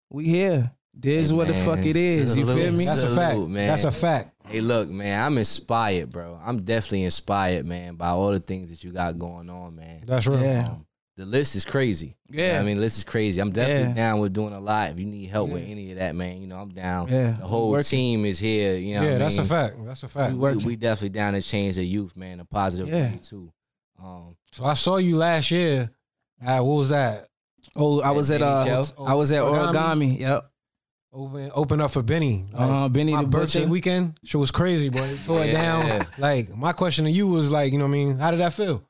we here. This is what the Man, fuck it is. You feel salute, me? That's a Salute, fact. man. That's a fact. Hey, look, man, I'm inspired, bro. I'm definitely inspired, man, by all the things that you got going on, man. That's real. Yeah. Um, the list is crazy. You know Yeah. what I mean, the list is crazy. I'm definitely Yeah. down with doing a lot. If you need help with any of that, man, you know, I'm down. Yeah. The whole Working. team is here. You know yeah, what I that's a mean? fact. That's a fact. We We, working. we definitely down to change the youth, man, a positive Yeah. way, too. Um, So I saw you last year. At, what was that? Oh, I was at uh, NHL? I was at Origami? origami. Yep. Open, open up for Benny. Like, Uh, Benny my the birthday Butcher. weekend, shit was crazy, boy. They tore it Yeah. down. Like my question to you was like, you know what I mean? How did that feel?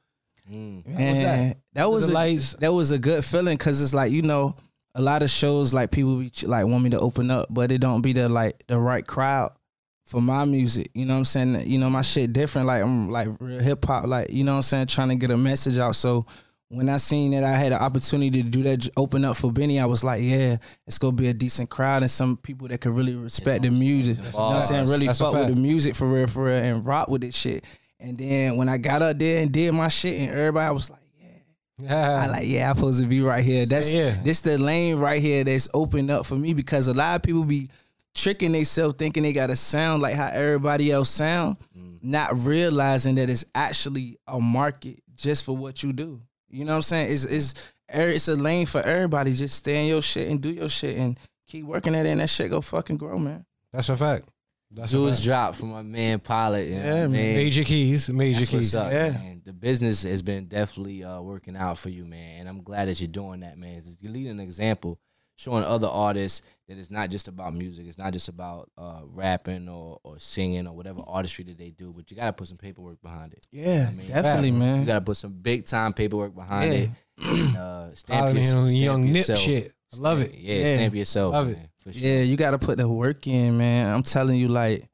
mm, And that was The a, lights. that was a good feeling because it's like you know a lot of shows like people be ch- like want me to open up, but it don't be the like the right crowd for my music. You know what I'm saying? You know my shit different. Like I'm like real hip hop. Like you know what I'm saying? Trying to get a message out. So when I seen that I had an opportunity to do that, j- open up for Benny, I was like, yeah, it's gonna be a decent crowd and some people that could really respect the music. You know what I'm saying? Really That's a fuck with fact. the music for real, for real, and rock with this shit. And then when I got up there and did my shit, and everybody was like. I like, yeah, I'm supposed to be right here. That's Yeah, yeah. this the lane right here that's opened up for me because a lot of people be tricking themselves thinking they gotta sound like how everybody else sound, not realizing that it's actually a market just for what you do. You know what I'm saying? It's it's er- it's a lane for everybody. Just stay in your shit and do your shit and keep working at it and that shit go fucking grow, man. That's a fact. That's a Jewels fact. drop from my man Pilot. You know Yeah, what I man. mean? Major keys, major That's keys. what's up, Yeah. man. The business has been definitely uh, working out for you, man, and I'm glad that you're doing that, man. You're leading an example, showing other artists that it's not just about music, it's not just about uh, rapping or, or singing or whatever artistry that they do, but you got to put some paperwork behind it. Yeah, mean, definitely, man. You got to put some big time paperwork behind Yeah. it. And, uh, stamp Probably your, on stamp young nip yourself. shit. I love it. Yeah, Yeah. stamp yourself. Love it. man, for sure. Yeah, you got to put the work in, man. I'm telling you, like,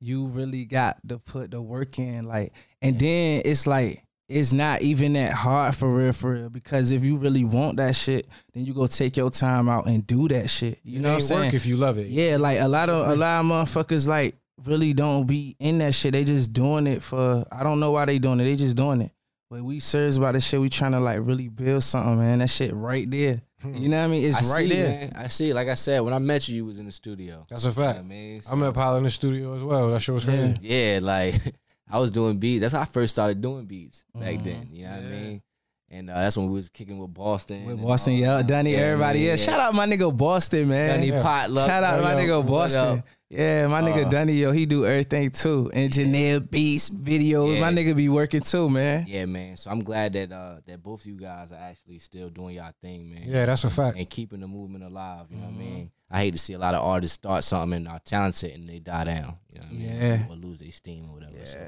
you really got to put the work in, like, and then it's like it's not even that hard for real, for real. Because if you really want that shit, then you go take your time out and do that shit. You It know what I'm ain't saying? Work if you love it. Yeah, like a lot of a lot of motherfuckers like really don't be in that shit. They just doing it for I don't know why they doing it. They just doing it. But we serious about this shit. We trying to like really build something, man. That shit right there. Hmm. You know what I mean? It's I right see, there. man. I see. Like I said, when I met you, you was in the studio. That's a I fact. mean, so- I'm at Pilot in the studio as well. That shit was crazy. Yeah, like I was doing beats. That's how I first started doing beats back Mm-hmm. then. You know what I mean? And uh, that's when we was kicking with Boston. With and uh, Boston, uh, all yeah, that. Dunny, Yeah, everybody, yeah. yeah. Shout out my nigga Boston, man. Dunny Potluck. Shout out What my up? nigga What Boston. up? Yeah, my Uh. nigga Dunny, yo, he do everything too. Engineer, beats, videos. My Yeah. nigga be working too, man. Yeah, man. So I'm glad that uh that both of you guys are actually still doing y'all thing, man. Yeah, that's a fact. And keeping the movement alive. You know Mm-hmm. what I mean? I hate to see a lot of artists start something and are talented and they die down. You know what I mean? Yeah. Or lose their steam or whatever. So,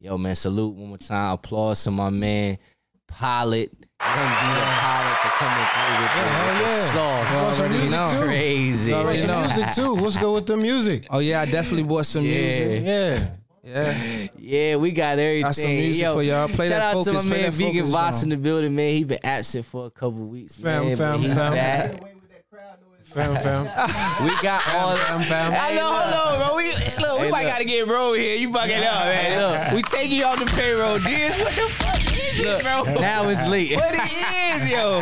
yo, man, salute one more time. Applause to my man, Pilot. Young D the Pilot for coming through with, the- hell with the yeah. sauce. Brought some already music know. too. Crazy. Brought already some know. music too. What's good with the music? Oh yeah, I definitely bought some music. Yeah. Yeah, Yeah, we got everything. Got some music Yo, for y'all. Play shout that out to focus, my play man that Vegan focus Voss song. in the building, man. He been absent for a couple weeks, Fam, man. fam, but he fam. back. Away with that crowd noise. Fam, fam. We got all. Fam, fam. I know, hold on, bro. We look, we Hey, might look. gotta get bro here. You fucking up, man. Hey, Look, we taking you off the payroll. This what the fuck is it, bro? Now it's late. What it is, yo?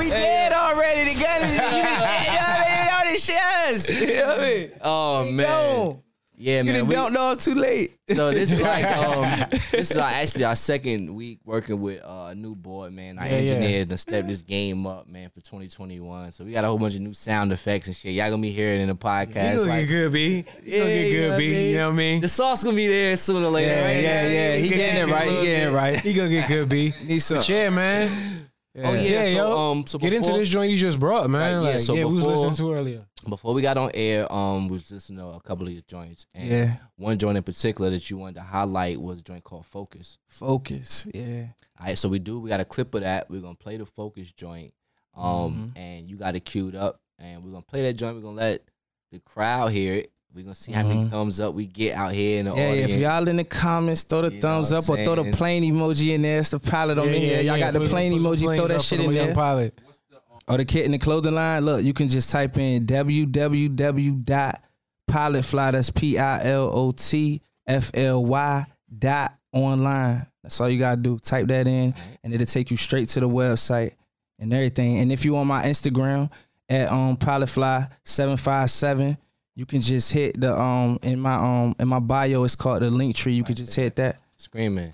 We dead already. The gun is you know all this shit. us. You know what I mean? Oh man. Gone. Yeah, You man. done we- dunked dog too late. So this is like um, this is our, actually our second week working with uh, a new board, man. I Yeah, yeah. engineered and stepped this game up, man, for 2021. So we got a whole bunch of new sound effects and shit. Y'all gonna be hearing in the You podcast. gonna get like, good, B. You gonna get Yeah, you know good, what I B. mean? You know what I mean? the sauce gonna be there sooner or later. Yeah, right? yeah, yeah. He Good getting it game, right. He little getting it bit. right. He gonna get good, B. Need some. Yeah, man. Oh yeah. so, yo. um, so get into before- this joint you just brought, man. Right, yeah, Like, yeah, so we was before- listening to earlier. Before we got on air, um, we was listening to a couple of your joints, and Yeah. one joint in particular that you wanted to highlight was a joint called Focus. Focus. Yeah. All right, so we do. We got a clip of that. We're gonna play the focus joint, um, Mm-hmm. and you got it queued up, and we're gonna play that joint. We're gonna let the crowd hear it. We're gonna see how many thumbs up we get out here in the Mm-hmm. Yeah, audience. if y'all in the comments, throw the You know thumbs what up I'm or throw the saying? plane emoji in there. It's the pilot on in here. Y'all got the Put- plane put some emoji. planes Throw up that for shit the in young there. Pilot. Or the kid in the clothing line. Look, you can just type in www.pilotfly. That's P I L O T F L Y dot online. That's all you gotta do. Type that in, and it'll take you straight to the website and everything. And if you on my Instagram at um pilotfly seven five seven, you can just hit the um in my um in my bio. It's called the link tree. You can just hit that. screaming,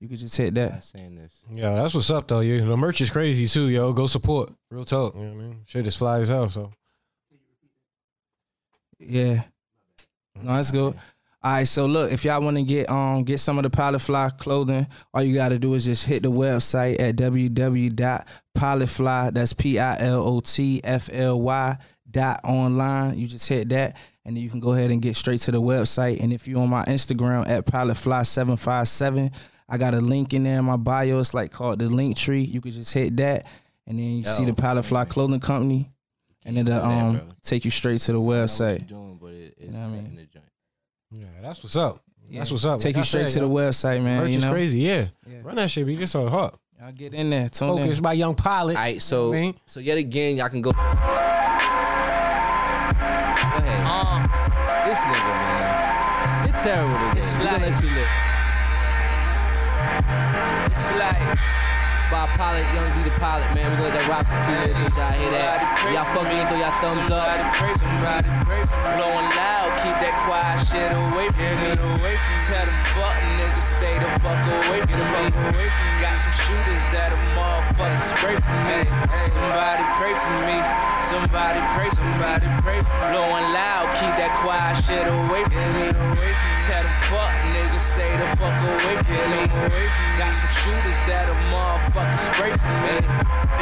You can just hit I'm that. saying this. Yeah, that's what's up though. Yeah, the merch is crazy too, yo. Go support. Real talk. You know what I mean? Shit is fly as hell. So Yeah. Mm-hmm. No, that's good. All right, so look, if y'all want to get um get some of the Pilot Fly clothing, all you got to do is just hit the website at www.pilotfly. That's p i l o t f l y dot online. You just hit that, and then you can go ahead and get straight to the website. And if you on my Instagram at pilotfly seven five seven, I got a link in there in my bio. It's like called the link tree. You can just hit that, and then you see Yo, the Pilot Fly clothing company, and it'll do Oh, that, um bro. take you straight to the I don't know what website. you're doing, but it, it's know what I cutting mean? the joint. yeah, that's what's up. Oh, That's what's up. Like Take I you straight said, to the yo, website, man. Merch you is know? crazy. Yeah. Yeah. Run that shit, be this on hot. Y'all get in there. Tune Focus in. by young pilot. All right, so I mean? so yet again, y'all can go. Go ahead. Uh. this nigga, man, you're terrible today. It's We gonna like- let you live. It's like by Pilot, Young D the Pilot, man. We're gonna let that rock for a few minutes. let Y'all hear that? Y'all fucking throw y'all thumbs up. Somebody pray for me. Blowing loud, keep that quiet shit away from me. Tell them fuck niggas stay the fuck away from me. Got some shooters that a motherfucker spray for me. Somebody pray for me. Somebody pray for me. Blowing loud, keep that quiet shit away from me. Tell them fuck niggas stay the fuck away from me. Got some shooters that a motherfucker spray for me.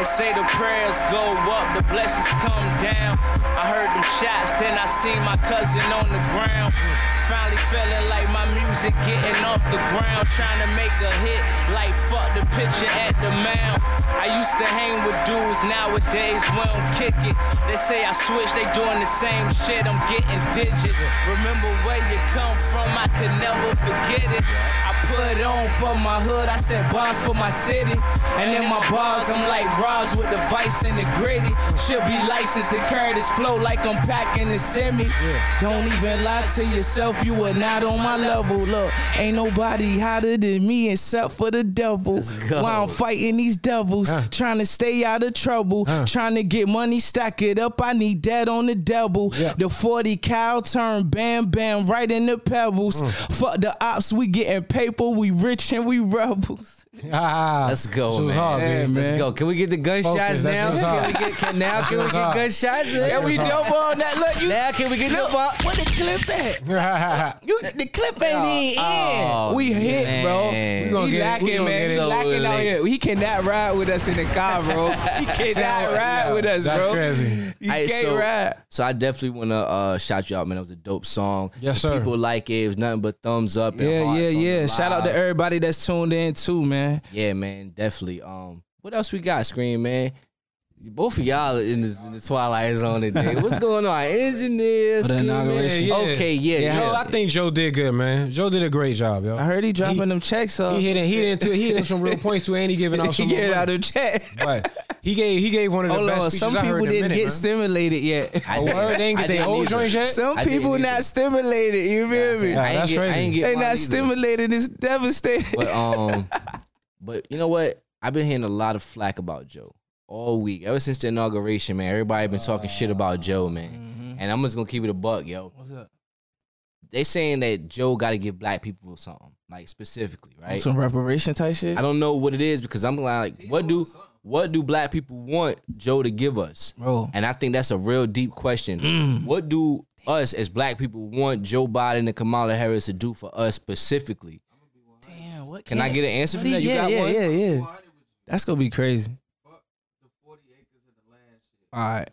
They say the prayers go up, the blessings come down. I heard them shots, then I seen my cousin on the ground. Finally feeling like my music getting off the ground, trying to make a hit. Like fuck the picture at the mound. I used to hang with dudes, nowadays we don't kick it. They say I switched, they doing the same shit. I'm getting digits. Remember where you come from, I could never forget it. I put on for my hood, I said bars for my city. And in my bars, I'm like Roz with the vice and the gritty. Should be licensed to carry this flow like I'm packing the semi. Don't even lie to yourself, you are not on my level. Look, ain't nobody hotter than me except for the devil. go. Why I'm fighting these devils, Huh. trying to stay out of trouble, Huh. trying to get money, stack it up. I need that on the devil. Yeah. The 40 cow turn bam bam right in the pebbles. Fuck the ops, we getting paper, we rich and we rebels. Let's go, This was man. hard, Yeah, B. man. Let's go. Can we get the gunshots Focus, that now? shit was Can we hot. get can, now? Can we was get hot. gunshots? in? shit And we was double on that. Look, you Now can we get look, the ball? where the clip at? You the clip ain't even oh, in. We hit, man. bro. We gonna he get it. lacking, We gonna man. get He it. lacking out So here. He cannot ride with us in the car, bro. He cannot ride with us, That's bro. crazy. You Aight, can't so, ride. so I definitely want to uh, shout you out, man. That was a dope song. Yes, The sir. People like it. It was nothing but thumbs up. And Yeah, hearts yeah, on the yeah. Shout out to live. everybody that's tuned in too, man. Yeah, man, definitely. Um, what else we got? Screen, man. Both of y'all in, this, in the twilight zone today. What's going on? Engineers. For the Scream, man. inauguration. Yeah. Okay, yeah, yeah. Joe, I think Joe did good, man. Joe did a great job, yo. I heard he dropping them checks up. he hit it, he didn't he hit some real points too, and he giving out He some get more out of check. money. but He gave he gave one of the Hold best on, speeches some I heard people in a didn't minute, get man. stimulated yet. I Oh, didn't- word, they ain't I get their didn't whole either. joint yet? Some I people didn't either. not stimulated. You feel me? I ain't that's get, I crazy. ain't get They mine not either. stimulated. It's devastating. But um, but you know what? I've been hearing a lot of flack about Joe all week. Ever since the inauguration, man, everybody been talking shit Uh, about Joe, man. mm-hmm. And I'm just gonna keep it a buck, yo. What's up? They saying that Joe got to give black people something, like specifically, right? Some reparation type shit. I don't know what it is because I'm like, what do what do black people want Joe to give us? Bro, And I think that's a real deep question. What do us as black people want Joe Biden and Kamala Harris to do for us specifically? damn. What Can I can't- get an answer what for he- that? You yeah, got yeah, one? Yeah, yeah, That's gonna be crazy. All right.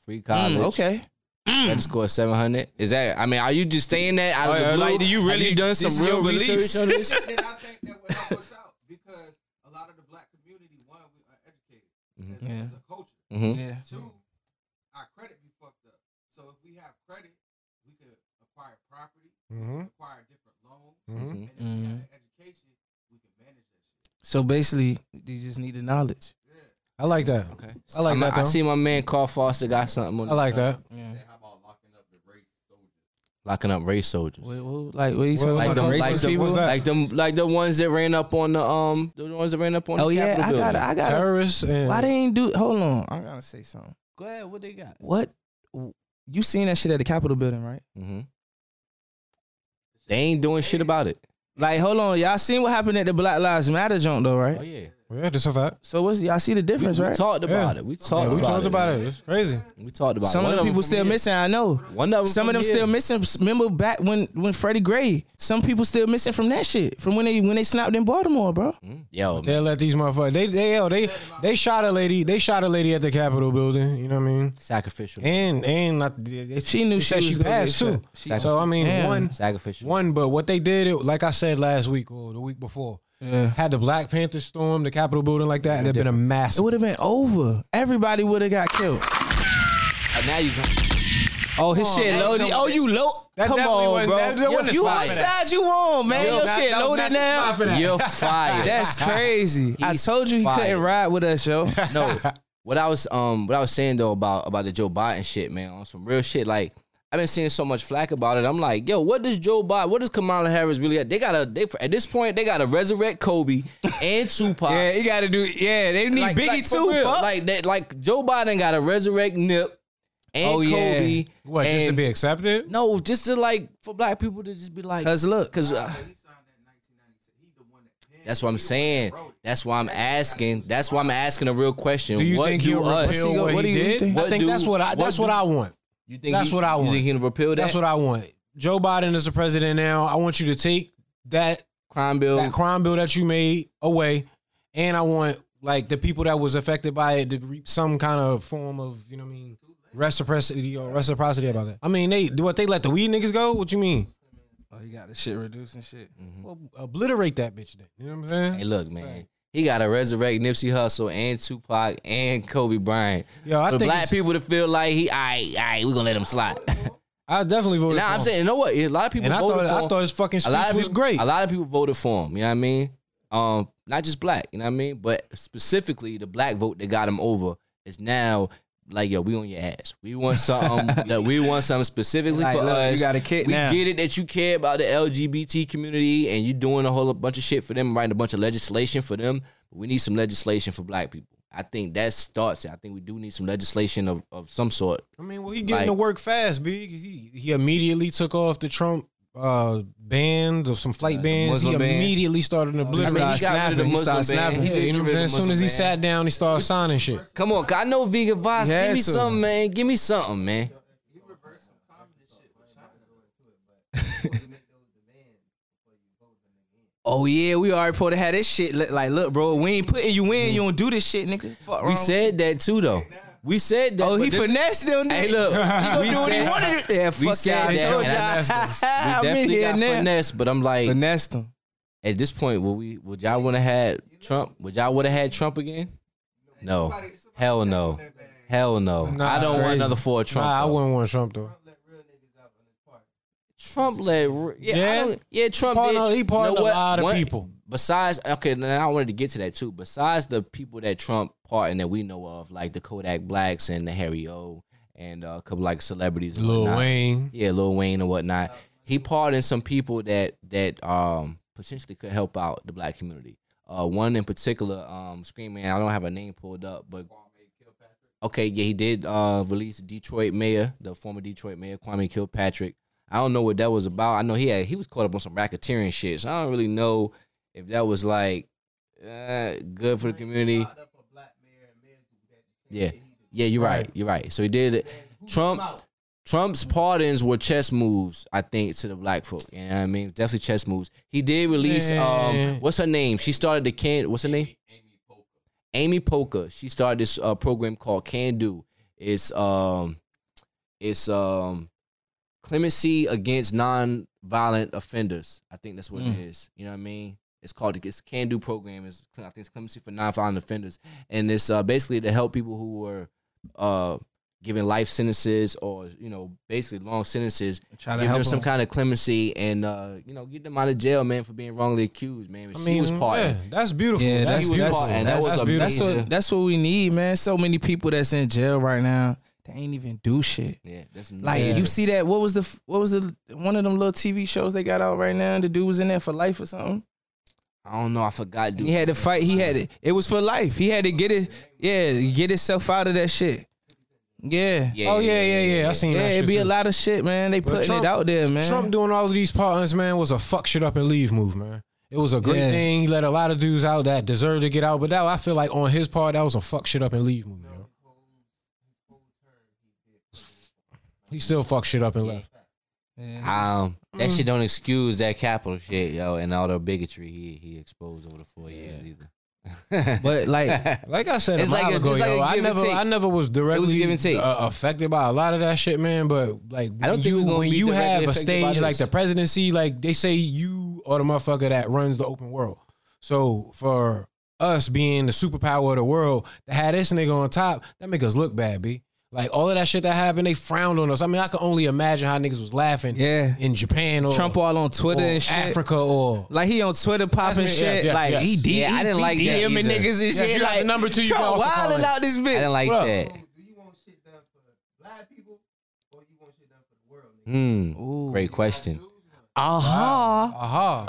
Free college. Mm, okay. Credit score seven hundred. Is that? I mean, are you just saying that out of Oh, yeah, the blue? like, do you Have really- done this some is real your beliefs? research on this? then I think that would help us out because a lot of the black community, one, we are educated as, Yeah. as a culture. hmm Yeah. Two, our credit be fucked up. So if we have credit, we could acquire property, Mhm. acquire different loans, Mhm. and if we have an education, we can manage that shit. So basically, you just need the knowledge. I like that. Okay. I like I'm- that, I though. see my man Carl Foster got something. On I like that. Yeah. How about locking up the race soldiers? Locking up race soldiers. Wait, what, like, what you talking Well, Like about? them, what The fuck like was- racist them, what's people? that? like them, like the ones that ran up on the um, the ones that ran up on. Oh the yeah, Capitol I building. got, I got. Terrorists and Why they ain't do? Hold on, I gotta say something. Go ahead. What they got? What? You seen that shit at the Capitol building, right? hmm They ain't doing shit about it. Like, hold on, y'all seen what happened at the Black Lives Matter junk though, right? Oh yeah, yeah, that's a fact. So what's y'all see the we, difference, we right? talked about Yeah. it. We Yeah, talked. Oh, we about talked it, about man. it. Mm. It's crazy. We talked about Some it. of One the them people from still here. missing. I know. One of them. Some of from them here. still missing. Remember back when when Freddie Gray. Some people still missing from that shit. From when they when they snapped in Baltimore, bro. Mm, Yo, man. They let these motherfuckers. They they yo, they they shot a lady. They shot a lady at the Capitol building. You know what I mean? sacrificial. And and not, they, they- She knew they she said was she gonna get passed too. shot. So I mean, Damn. one sacrificial. one. But what they did, it, like I said last week or the week before, Yeah. had the Black Panther storm the Capitol building like that, it'd have been a It massive. would have been over. Everybody would have got killed. And now you come. Oh, his shit that loaded. don't- Oh, you low. that Come definitely on, wasn't- bro. that- that wasn't If the you spot for outside, you on, man. Yo, Your that- shit that was loaded not the now. spot for that. You're fired. That's crazy. I He's told you he fired. couldn't ride with us, yo. no. What I was um what I was saying though about about the Joe Biden shit, man, on some real shit. Like I've been seeing so much flack about it. I'm like, yo, what does Joe Biden? What does Kamala Harris really? Have? They gotta they at this point they gotta resurrect Kobe and Tupac. Yeah, he got to do. Yeah, they need Like- Biggie like, for too. real. fuck. Like that. Like Joe Biden gotta resurrect Nip and Oh, yeah. Kobe. What and, just to be accepted? No, just to like for black people to just be like, Cause look, because. Uh, that's what I'm saying. That's why I'm asking. That's why I'm asking a real question. Do you what think do he'll us? repeal What what, do he you did? think? What I think do- that's what I. what That's what, do- I want. You think That's he- what I You want. think he can repeal that? That's what I want. Joe Biden is the president now. I want you to take that crime bill. that crime bill that you made away, and I want like the people that was affected by it to reap some kind of form of you know what I mean reciprocity or reciprocity about that. I mean they what they let the weed niggas go. What you mean? oh, you got the shit reducing shit. Well, obliterate that bitch. Then you know what I'm saying? hey, look, man. He got to resurrect Nipsey Hussle and Tupac and Kobe Bryant. Yo, I For think black it's- people to feel like he, all right, all right, we're gonna let him slide. I definitely voted. now for I'm him. saying, you know what? A lot of people and I voted thought for I him. thought his fucking a speech lot of was people, great. A lot of people voted for him. You know what I mean? Um, not just black. You know what I mean? But specifically, the black vote that got him over is now like, yo, we on your ass. We want something that we want something specifically Like, for look, us. you got a kid we now. get it that you care about the LGBT community and you doing a whole bunch of shit for them, writing a bunch of legislation for them. But we need some legislation for black people. I think that starts it. I think we do need some legislation of, of some sort. I mean, well, he getting Like- to work fast, big. He he immediately took off the Trump uh bans or some flight bans. He Muslim ban. immediately started to I obliterate. mean, he started got rid of the snapping. He Muslim started ban. snapping. He yeah, did you know get what rid I'm saying. of As the soon as he Muslim ban. sat down, he started signing shit. Come on, I know vegan vibes. He Give had me to. something, man. Give me something, man. Oh yeah, we already pulled had this shit. Look, Like, look, bro, we ain't putting you in. You don't do this shit, nigga. Fuck wrong We with said that too, though. We said that. you. Oh, but he this- finessed them. Nigga. Hey, look. he gonna we do what he said- wanted. To, yeah, fuck we y'all. said I that, told and y'all. We I'm in definitely here got now. finesse, but I'm like, Finessed them. at this point, would we? Would y'all want to had Trump? Would y'all would have had Trump again? No. Hell no. Hell no. Nah, I don't want crazy. another four Trump. nah, I though. wouldn't want Trump though. Trump let yeah, I Yeah. don't- yeah Trump Pardon- did. he You pardoned know a what? lot of One- people. besides okay, now I wanted to get to that too. Besides the people that Trump pardoned that we know of, like the Kodak Blacks and the Harry O and uh, a couple like celebrities, and Lil whatnot. Wayne. yeah, Lil Wayne and whatnot. He pardoned some people that that um potentially could help out the black community. Uh, one in particular, um, screaming. I don't have a name pulled up, but okay, yeah, he did uh release Detroit mayor, the former Detroit mayor Kwame Kilpatrick. I don't know what that was about. I know he had he was caught up on some racketeering shit, so I don't really know if that was like uh, good for the community. Yeah, yeah, you're right, you're right. So he did it. Trump. Trump's pardons were chess moves, I think, to the black folk. You know what I mean? Definitely chess moves. He did release um Man. what's her name? She started the can what's her name? Amy Poker. She started this uh, program called Can Do. It's um, it's um, clemency against non-violent offenders. I think that's what Mm. it is. You know what I mean? It's called it's Can Do program. Is I think it's clemency for non-violent offenders, and it's uh, basically to help people who were uh, given life sentences or you know basically long sentences. Try to Give help them some him. kind of clemency and uh, you know get them out of jail, man, for being wrongly accused, man. I she mean, was part. yeah, that's beautiful. Yeah, He that's was that's, caught, and that that's, was that's, a beautiful. major- what that's what we need, man. So many people that's in jail right now, they ain't even do shit. Yeah, that's Like yeah. you see that? What was the f- what was the one of them little TV shows they got out right now? The dude was in there for life or something. I don't know. I forgot, dude. And he had to fight. He had it. It was for life. He had to get it. Yeah, get himself out of that shit. Yeah. Yeah. Oh yeah, yeah, yeah. I seen that. it shit be a too. lot of shit, man. They putting Trump- it out there, man. Trump doing all of these pardons, man, was a fuck shit up and leave move, man. It was a great Yeah. thing. He let a lot of dudes out that deserved to get out, but that I feel like on his part, that was a fuck shit up and leave move. Yo. He still fuck shit up and left. Yeah. Um, that Mm. shit don't excuse that capital shit, yo, and all the bigotry he he exposed over the four years either. But like, Like I said It's a while like a- ago, it's like yo, a I give and never, take. I never was directly give and take. Uh, affected by a lot of that shit, man. But like, I don't think you, we're gonna when be you directly have a affected by stage like this. the presidency, like they say, you are the motherfucker that runs the open world. So for us being the superpower of the world, to have this nigga on top, that make us look bad, b. Like all of that shit that happened, they frowned on us. I mean, I can only imagine how niggas was laughing yeah, in Japan or Trump all on or Twitter and shit. Africa or Like he on Twitter popping That's me, yes, shit. yes, like yes. he DM, Yeah, I didn't like he that DMing either. niggas and Yeah, shit. you got like the number two, you Trump can also call wilding it. out this I bitch. didn't like that. Bruh. Do you want shit done for black people or you want shit done for the world? Nigga? Mm, Ooh. great question. Uh huh. aha,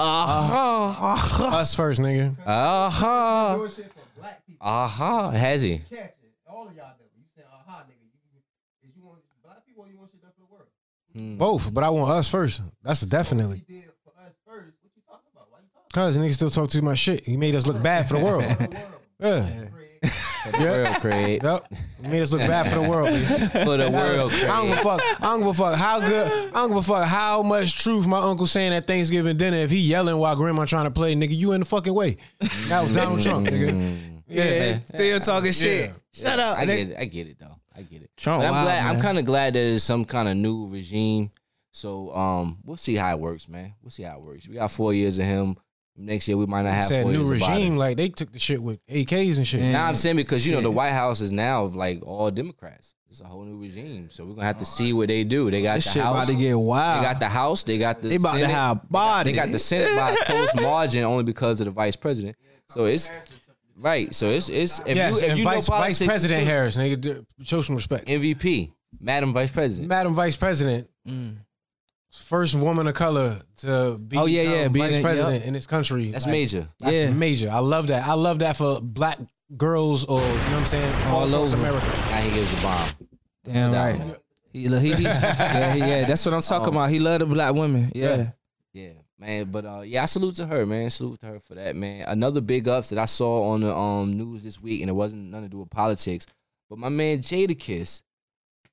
Uh-huh. Uh huh. us first, nigga. Uh huh. Doing shit for black people. Uh huh. Has he? Catch it. All of y'all do. You saying, aha, nigga. You, is you want black people or you want shit done for the world? Both, but I want us first. That's definitely. He did for us first. What you talking about? Why you talking Cause niggas still talk too much shit. He made us look bad for the world. Yeah. For real, Craig. Yep. He made us look bad for the world. B. For the world, I don't give a Craig. fuck. I don't give a fuck how good. I don't give a fuck how much truth my uncle saying at Thanksgiving dinner. If he yelling while grandma trying to play, nigga, you in the fucking way. That was Donald Trump, Mm-hmm. nigga. Yeah, Yeah. still talking shit. Shut up. Hmm. I nigga. get it. I get it though. I get it. Trump But I'm wild, glad. I'm Oh, man. kind of glad that it's some kind of new regime. So um, we'll see how it works, man. We'll see how it works. We got four years of him. Next year we might not have Said four new years of Biden. regime, like they took the shit with AKs and shit. Now I'm saying because you know the White House is now like all Democrats. It's a whole new regime, so we're gonna have to see what they do. They got This the shit house. about to get they wild. got the house. They got the. They about to Senate. have They got- They bodies. got the Senate by a close margin only because of the vice president. So it's right. So it's it's if yes, you if and you Vice, know Vice politics, you President good. Harris, nigga, d- show some respect. MVP, Madam Vice President. Madam Vice President, first woman of color to be Mm. Oh, yeah, yeah, um, being vice a- president in this country. That's Like, major. That's Yeah. major. I love that. I love that for black girls or you know what I'm saying all, across over. America. Now he gives the bomb. Damn right. He, lo- he, he- yeah, he- yeah, that's what I'm talking about. He love the black women. Yeah. Yeah. Oh. Yeah, man. But uh, yeah, I salute to her, man. Salute to her for that, man. Another big ups that I saw on the um news this week, and it wasn't nothing to do with politics. But my man Jadakiss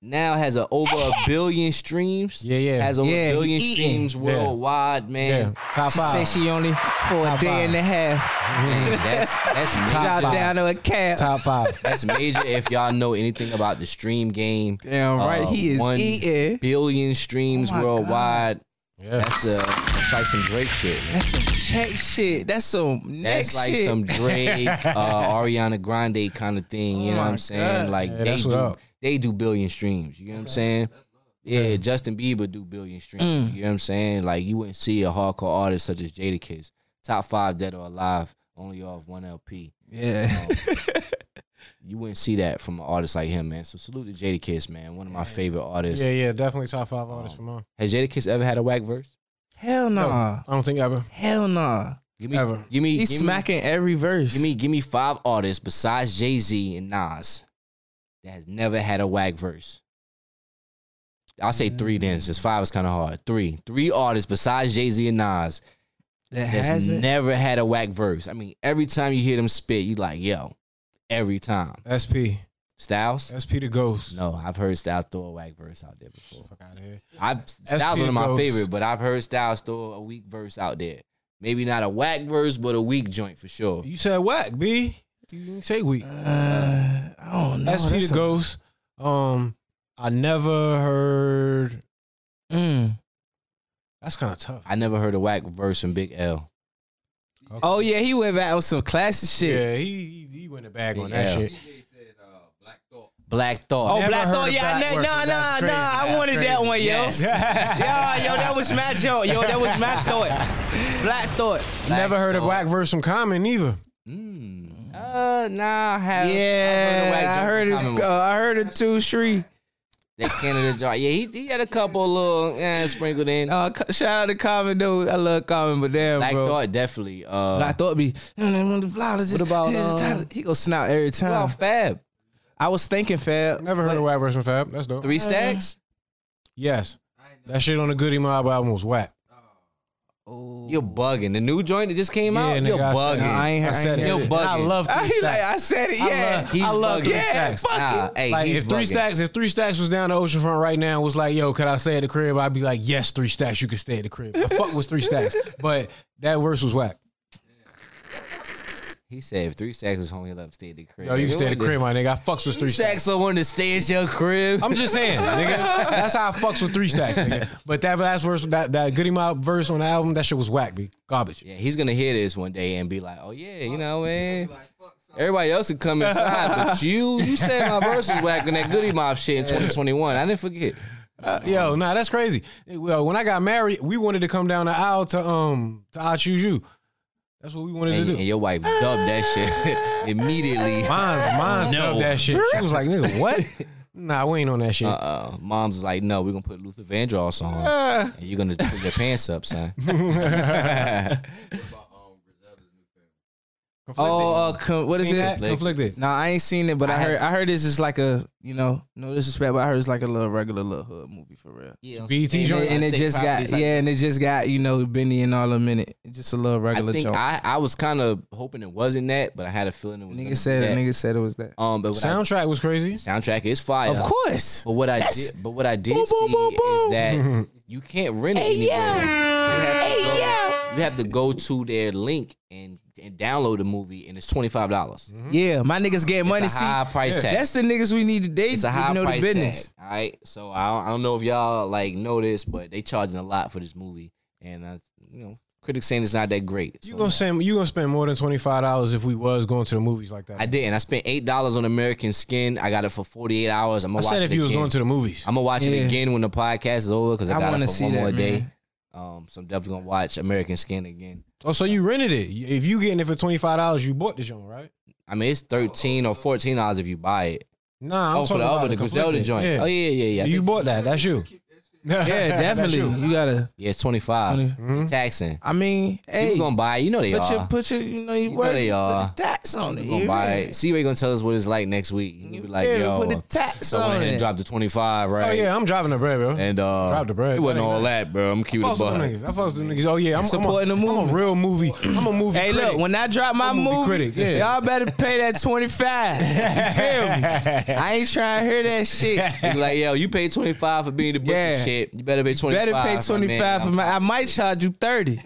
now has a over a billion streams. Yeah, yeah. Has over Yeah, a he billion eating. streams worldwide, Yeah, man. top She five. said she only for a Top day five. and a half. Man, that's that's Drop major. down to a cab. top five. That's major. If y'all know anything about the stream game, Damn right. Uh, he is one eating. billion streams Oh my God. worldwide. Yeah. That's a that's like some Drake shit. man. That's some check shit. That's some next That's like shit. some Drake, uh, Ariana Grande kind of thing. You know what I'm saying? Like Oh Yeah, they that's do, what up. they do billion streams. You know what I'm saying? Yeah, Mm. Justin Bieber do billion streams. You know what I'm saying? Like you wouldn't see a hardcore artist such as Jadakiss top five dead or alive, only off one LP. Yeah. You wouldn't see that from an artist like him, man. So salute to Jadakiss, man. One of my favorite artists. Yeah, yeah, definitely top five artists for mine. Has Jadakiss ever had a whack verse? Hell nah. I don't think ever. Hell nah. Give me, Ever. give me, He's give me- smacking every verse. Give me, give me five artists besides Jay Z and Nas that has never had a whack verse. I'll say three then, since five is kind of hard. Three, three artists besides Jay Z and Nas that that's hasn't. never had a whack verse. I mean, every time you hear them spit, you like, yo, every time. SP, Styles? SP the Ghost. No, I've heard Styles throw a whack verse out there before. Fuck out of here. I've Styles P one of my goes. favorite, but I've heard Styles throw a weak verse out there. Maybe not a whack verse, but a weak joint for sure. You said whack, B. You didn't say weak. Uh, I don't know. SP That's the a- Ghost. Um, I never heard. Mm. That's kind of tough. I never heard a whack verse from Big L. Oh yeah, he went back with some classic shit. Yeah, he he, he went a bag on Yeah. that shit. DJ said uh, Black Thought. Black Oh, Thought. Never Black heard Thought, of yeah, Black I ne- Workers. nah, nah, That's nah. I crazy. wanted that one, yo. Yes. yeah, yo, that was my joke. Yo, that was my thought. Black Thought. Never heard a Thought. whack verse from Common either. Mm. Uh, nah, I have. Yeah, I heard it. Uh, I heard it too, Shree. that Canada jar. Yeah, he, he had a couple little eh, sprinkled in. Oh, Uh, c- shout out to Common though. I love Common, but damn, Black bro. Thought definitely. Uh, Black Thought be. "Mm, they want the flowers. What about, um, he go snout every what time? about Fab? I was thinking, Fab. Never heard a whack verse from Fab. That's dope. Three stacks. Yes, that shit on the Goody Mob album was whack. Oh. You're bugging. The new joint that just came out. nigga, You're I said it. bugging. I ain't- I I said ain't it. heard it. And I You're bugging. love I, three he like, stacks. I said it. I Yeah, uh, love- he's I love bugging. three Three yeah, stacks. fuck Nah, it. hey, Like he's if three bugging. stacks, if three stacks was down the ocean front right now, and was like, yo, could I stay at the crib? I'd be like, yes, three stacks, you could stay at the crib. I fuck with three stacks, but that verse was whack. He said if three stacks was homie, love stay at the crib. Yo, you can stay at the Nigga, crib, my nigga. I fucks with Three three stacks. stacks. I wanted to stay at your crib. I'm just saying, nigga. That's how I fucks with three stacks, nigga. But that last verse, that that Goody Mob verse on the album, that shit was whack, be garbage. yeah, he's gonna hear this one day and be like, "Oh yeah, you know, man." Everybody else could come inside, but you, you said my verse was whack on that Goody Mob shit in 2021. I didn't forget. Uh, yo, nah, that's crazy. Well, when I got married, we wanted to come down the aisle to um to I choose you. That's what we wanted And, to and do. your wife dubbed that shit immediately. Mine, mine no. that shit. She was like, nigga, what? Nah, we ain't on that shit. Uh, mom's was like, no, we're gonna put Luther Vandross on, Uh, and you're gonna put your pants up, son. Oh, uh, com- what is seen that? it? Conflicted. No, I ain't seen it, but I, heard I heard this is like a you know no disrespect, but I heard it's like a little regular little hood movie for real. yeah, BT And, joint. it- and it just got yeah, and it just got you know Benny and all a minute, just a little I regular think joke. I, I was kind of hoping it wasn't that, but I had a feeling it was. gonna be Nigga said that. nigga said it was that. Um, but what I- Soundtrack was crazy. soundtrack is fire. Of course, uh, But what I That's- did, but what I did Boom, boom, see boom, boom. is that you can't rent it anywhere. You, have to go, you have to go to their link and, and download the movie, and it's twenty five dollars. yeah, my niggas get money. It's a See, high price tag. that's the niggas we need today. it's It's a high know price the business. tag. All right, so I don't, I don't know if y'all like know this, but they charging a lot for this movie, and I, you know critics saying it's not that great. You So, gonna spend you gonna spend more than twenty five dollars if we was going to the movies like that. I didn't. I spent eight dollars on American Skin. I got it for forty eight hours. I'm I gonna watch said it if you was again. going to the movies. I'm gonna watch Yeah. it again when the podcast is over because I, I got it wanna for see one that, more man. day. Um, so I'm definitely gonna watch American Skin again. Oh, so you rented it. If you getting it for twenty five dollars, you bought the joint, right? I mean, it's thirteen or fourteen dollars if you buy it. Nah, I'm oh, talking for the about other the Griselda conflicted. joint. Yeah. Oh yeah, yeah, yeah. you bought that. That's you. yeah, Yeah, definitely. You gotta. yeah, it's twenty five. 20. Taxing. I mean, hey, People gonna buy it. You know they put are. your put your you know you, know work they put are. the tax on it. You gonna you buy ready? it. See Ray gonna tell us what it's like next week. And you be like, Yeah, yo, put the tax so I went on ahead and it. dropped the twenty five, right? Oh yeah, I'm driving the bread, bro. And uh, Drop the bread. It wasn't That ain't all that, bro. I'm keeping it I fucks with buck. them niggas. I fucks with them niggas. Oh yeah, I'm Supporting I'm the a, I'm movement. a real movie. I'm a movie. Hey, critic. look, when I drop my movie movie, critic, yeah. y'all better pay that 25. You feel me? I ain't trying to hear that shit. They be like, yo, you paid twenty five for being the bookie Yeah. shit. You better pay twenty five. Better pay 25 for my I might charge you 30.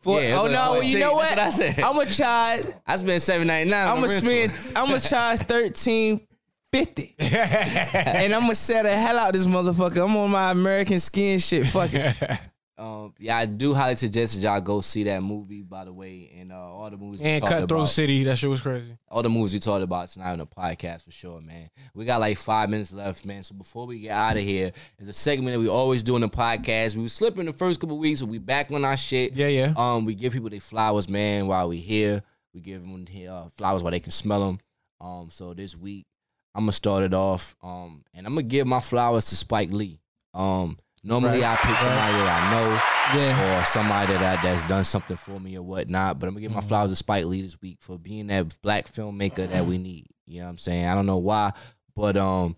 For, Yeah, that's oh what I no, well, said. you know That's what what? I said. I'ma charge I spent seven ninety nine. I'ma spend I'ma charge 1350. and I'ma set the hell out this motherfucker. I'm on my American skin shit. Fuck it. Um, Um, yeah, I do highly suggest that y'all go see that movie, by the way, and uh, all the movies. we And talked Cutthroat about. City, that shit was crazy. all the movies we talked about tonight on the podcast for sure, man. We got like five minutes left, man. So before we get out of here, it's a segment that we always do in the podcast. We were slipping the first couple weeks, but we back on our shit. Yeah, yeah. Um, we give people their flowers, man, while we here. We give them uh, flowers while they can smell them. Um, so this week I'm gonna start it off. Um, and I'm gonna give my flowers to Spike Lee. Um, normally I pick somebody that I know Yeah. or somebody that that's done something for me or whatnot. But I'm gonna give my Mm-hmm. flowers to Spike Lee this week for being that black filmmaker that we need. You know what I'm saying? I don't know why, but um,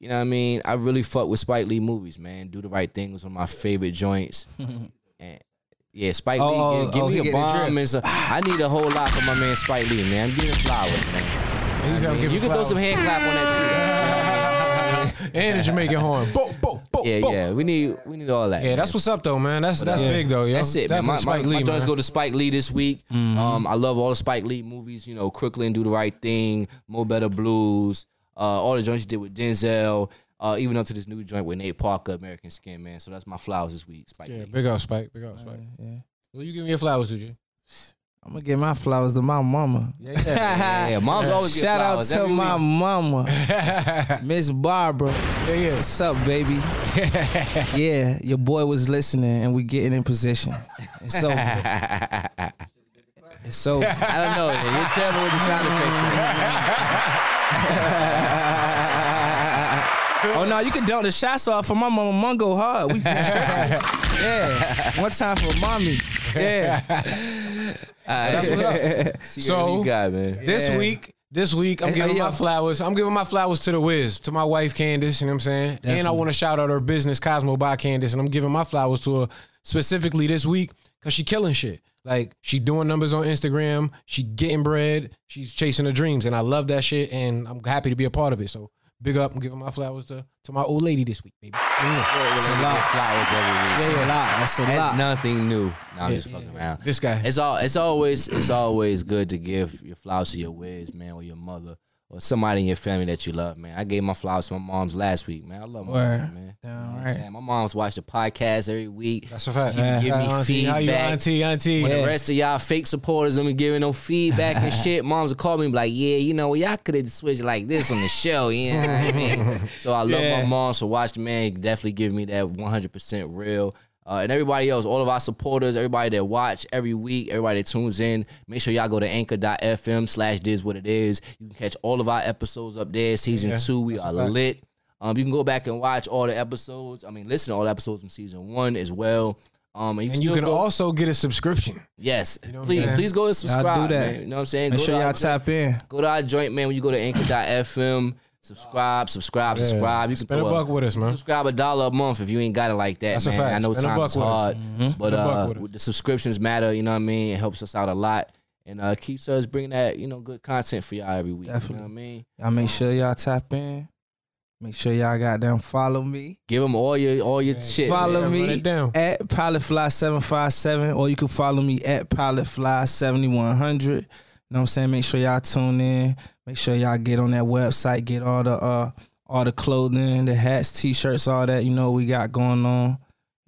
you know what I mean. I really fuck with Spike Lee movies, man. Do the right thing was one of my favorite joints. and yeah, Spike Oh, Lee, oh, give, give oh, he me a getting drip. bomb. And so, I need a whole lot from my man Spike Lee, man. I'm giving flowers, man. He's out You giving can throw some hand clap on that too. You know what I mean? flowers. and the Jamaican horn. Bo, bo, bo, Yeah, bo. yeah. We need we need all that. Yeah, man. that's what's up though, man. That's that's Yeah. big though. Yo. That's it, man. Definitely My, my, Spike my Lee, joints man. go to Spike Lee this week. Um, I love all the Spike Lee movies. You know, Crooklyn, Do the Right Thing, Mo Better Blues, uh, all the joints you did with Denzel, uh, even up to this new joint with Nate Parker, American Skin, man. So that's my flowers this week, Spike Yeah, Lee. big up Spike. Big up Spike. yeah. Will you give me your flowers, dude? I'm gonna give my flowers to my mama. Yeah, yeah, mom's always get Shout out flowers to every my week. mama, yeah, Miss Barbara. yeah. What's up, baby? yeah, your boy was listening, and we getting in position. And so, and so, I don't know. Man. You tell me what the sound effects. Are. oh no, you can dunk the shots off for my mama. Mungo hard. We, yeah, one time for mommy. Yeah, That's what up. So- you got man. This week, this week, I'm Hey, giving hey, my yo. flowers. I'm giving my flowers to the Wiz, to my wife Candace. You know what I'm saying? And I want to shout out her business, Cosmo by Candace. And I'm giving my flowers to her specifically this week because she killing shit. Like she doing numbers on Instagram. She getting bread. She's chasing her dreams, and I love that shit. And I'm happy to be a part of it. So big up. I'm giving my flowers to to my old lady this week, baby. Mm. It's a lot. Flowers every week. that's a lot. That's a That's lot. nothing new. Nah, I'm just fucking around. This guy. It's all. It's always. It's always good to give your flowers to your wiz, man, or your mother, or somebody in your family that you love, man. I gave my flowers to my mom's last week, man. I love my Word. mom, man. You know Damn what I'm right. saying? My mom's watched the podcast every week. That's a fact. She give me auntie, How you, feedback. auntie? Auntie. When the rest of y'all fake supporters don't be giving no feedback and shit, moms will call me and be like, yeah, you know, y'all could have switched like this on the show, you know what I mean? So I love my mom, so Watch the Man definitely give me that 100% real. Uh, and everybody else, all of our supporters, everybody that watch every week, everybody that tunes in, make sure y'all go to anchor.fm slash this what it is. You can catch all of our episodes up there. Season two, we are lit. Um, you can go back and watch all the episodes. I mean, listen to all the episodes from season one as well. Um, and you, And you still can go- also get a subscription. Yes. know what I'm please, saying? please go and subscribe. do that. Man. You know what I'm saying? Make go sure to y'all our, tap in. go to our joint, man, when you go to anchor.fm. Subscribe, subscribe, subscribe. You can Spend a throw buck with us, man. Subscribe a dollar a month if you ain't got it like that, That's a man. fact. I know Spend a time buck is with us. hard, Mm-hmm. but a buck uh, with us. the subscriptions matter. You know what I mean? It helps us out a lot and uh, keeps us bringing that you know good content for y'all every week. You know Definitely. what I mean? Y'all make sure y'all tap in. Make sure y'all goddamn follow me. Give them all your all your shit. Follow man. run me it down. at PilotFly757, or you can follow me at PilotFly7100. You know what I'm saying? Make sure y'all tune in. Make sure y'all get on that website, get all the uh all the clothing, the hats, t-shirts, all that, you know, we got going on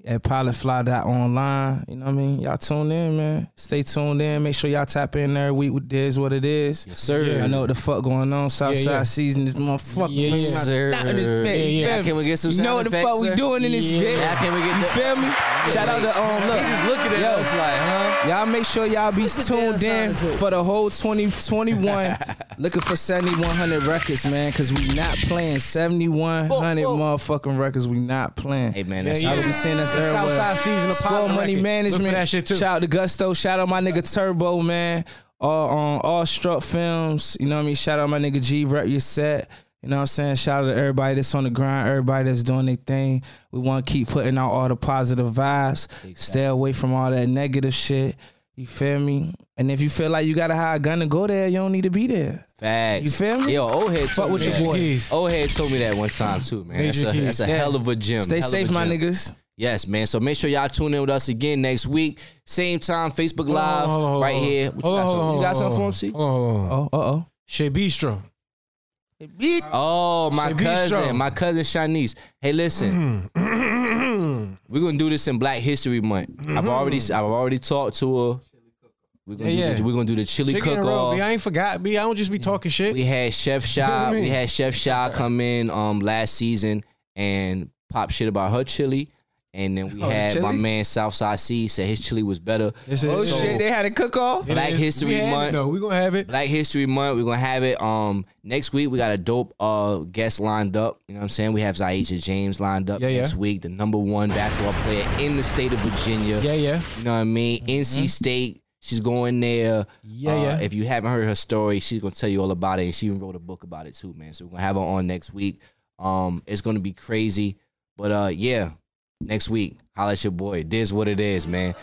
at pilotfly.online. You know what I mean? Y'all tune in, man. Stay tuned in. Make sure y'all tap in every week with this what it is. Yes, sir. I know what the fuck going on. Southside yeah. season is motherfucking. Yeah, yeah. Not- Sir. not in this Yeah, yeah. bitch, baby. Now, can we get some You sound know what the effects, fuck we sir? doing in this Yeah. bitch? Now, can we get You that- feel me? Shout out to um, look. He just looking at Yo, us like, huh? Y'all make sure y'all be at that tuned in sound effects. for the whole 2021. looking for 7100 records, man, because we not playing 7100 Whoa, whoa. motherfucking records. We not playing. Hey man, Yeah, that's yeah. I be seeing us The everywhere. Southside season of Squad Poppin' money record. management. Look for that shit, too. Shout out to Gusto. Shout out my nigga Turbo man. All on all struck films. You know what I mean. Shout out my nigga G rep your set. You know what I'm saying? Shout out to everybody that's on the grind, everybody that's doing their thing. We want to keep putting out all the positive vibes. Stay away from all that negative shit. You feel me? And if you feel like you got to hire a gun to go there, you don't need to be there. Facts. You feel me? Yo, old head Fuck told with me your that. boy. Keys. Old head told me that one time too, man. That's Major a, keys. that's a Yeah. hell of a gym. Stay Hell of safe, a my gym. niggas. Yes, man. So make sure y'all tune in with us again next week, same time, Facebook Hold on, Live, hold on, hold right on. here. What you Hold got on, some- hold on, you got something for him, hold C? on, hold on, hold on. Oh, uh Shea Bistro. oh. Oh, my Oh, Shanice Strong. cousin, my cousin Shanice. Hey, listen, Mm. We're gonna do this in Black History Month. I've already I've already talked to her. We're gonna Mm-hmm. Yeah, do The, yeah. we're gonna do the chili Chicken cook and roll, B. off. I ain't forgot, B. I don't just be talking shit. We had Chef Shaw. I mean? We had Chef Shaw come in um last season and pop shit about her chili. And then we Oh, had my chili? man Southside C said his chili was better. This is- Oh so- shit, they had a cook off. It Black is- History we had it, Month. though. we gonna have it. Black History Month. We're gonna have it. Um, next week we got a dope uh guest lined up. You know what I'm saying? We have Zaisha James lined up Yeah, yeah. next week, the number one basketball player in the state of Virginia. Yeah, yeah. You know what I mean? Mm-hmm. NC State. She's going there. Yeah, Uh, yeah. If you haven't heard her story, she's gonna tell you all about it. And she even wrote a book about it too, man. So we're gonna have her on next week. Um, it's gonna be crazy. But uh yeah, next week, holla at your boy. It is what it is, man.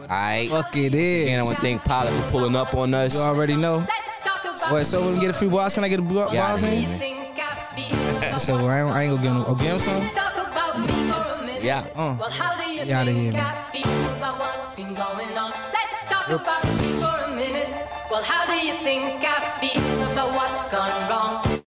All right. Fuck it Again, I is. wanna thank Pilot for pulling up on us. You already know. Let's talk about Wait, so we can get a few balls. Can I get a ball Yeah, balls I mean, in? So I ain't, I ain't gonna get no. Oh, give him some. Talk about me for a minute. Yeah. Uh. Well, how do you Get outta think here, man. I feel about what's been going on? Let's talk about me for a minute. Well, how do you think I feel about what's gone wrong?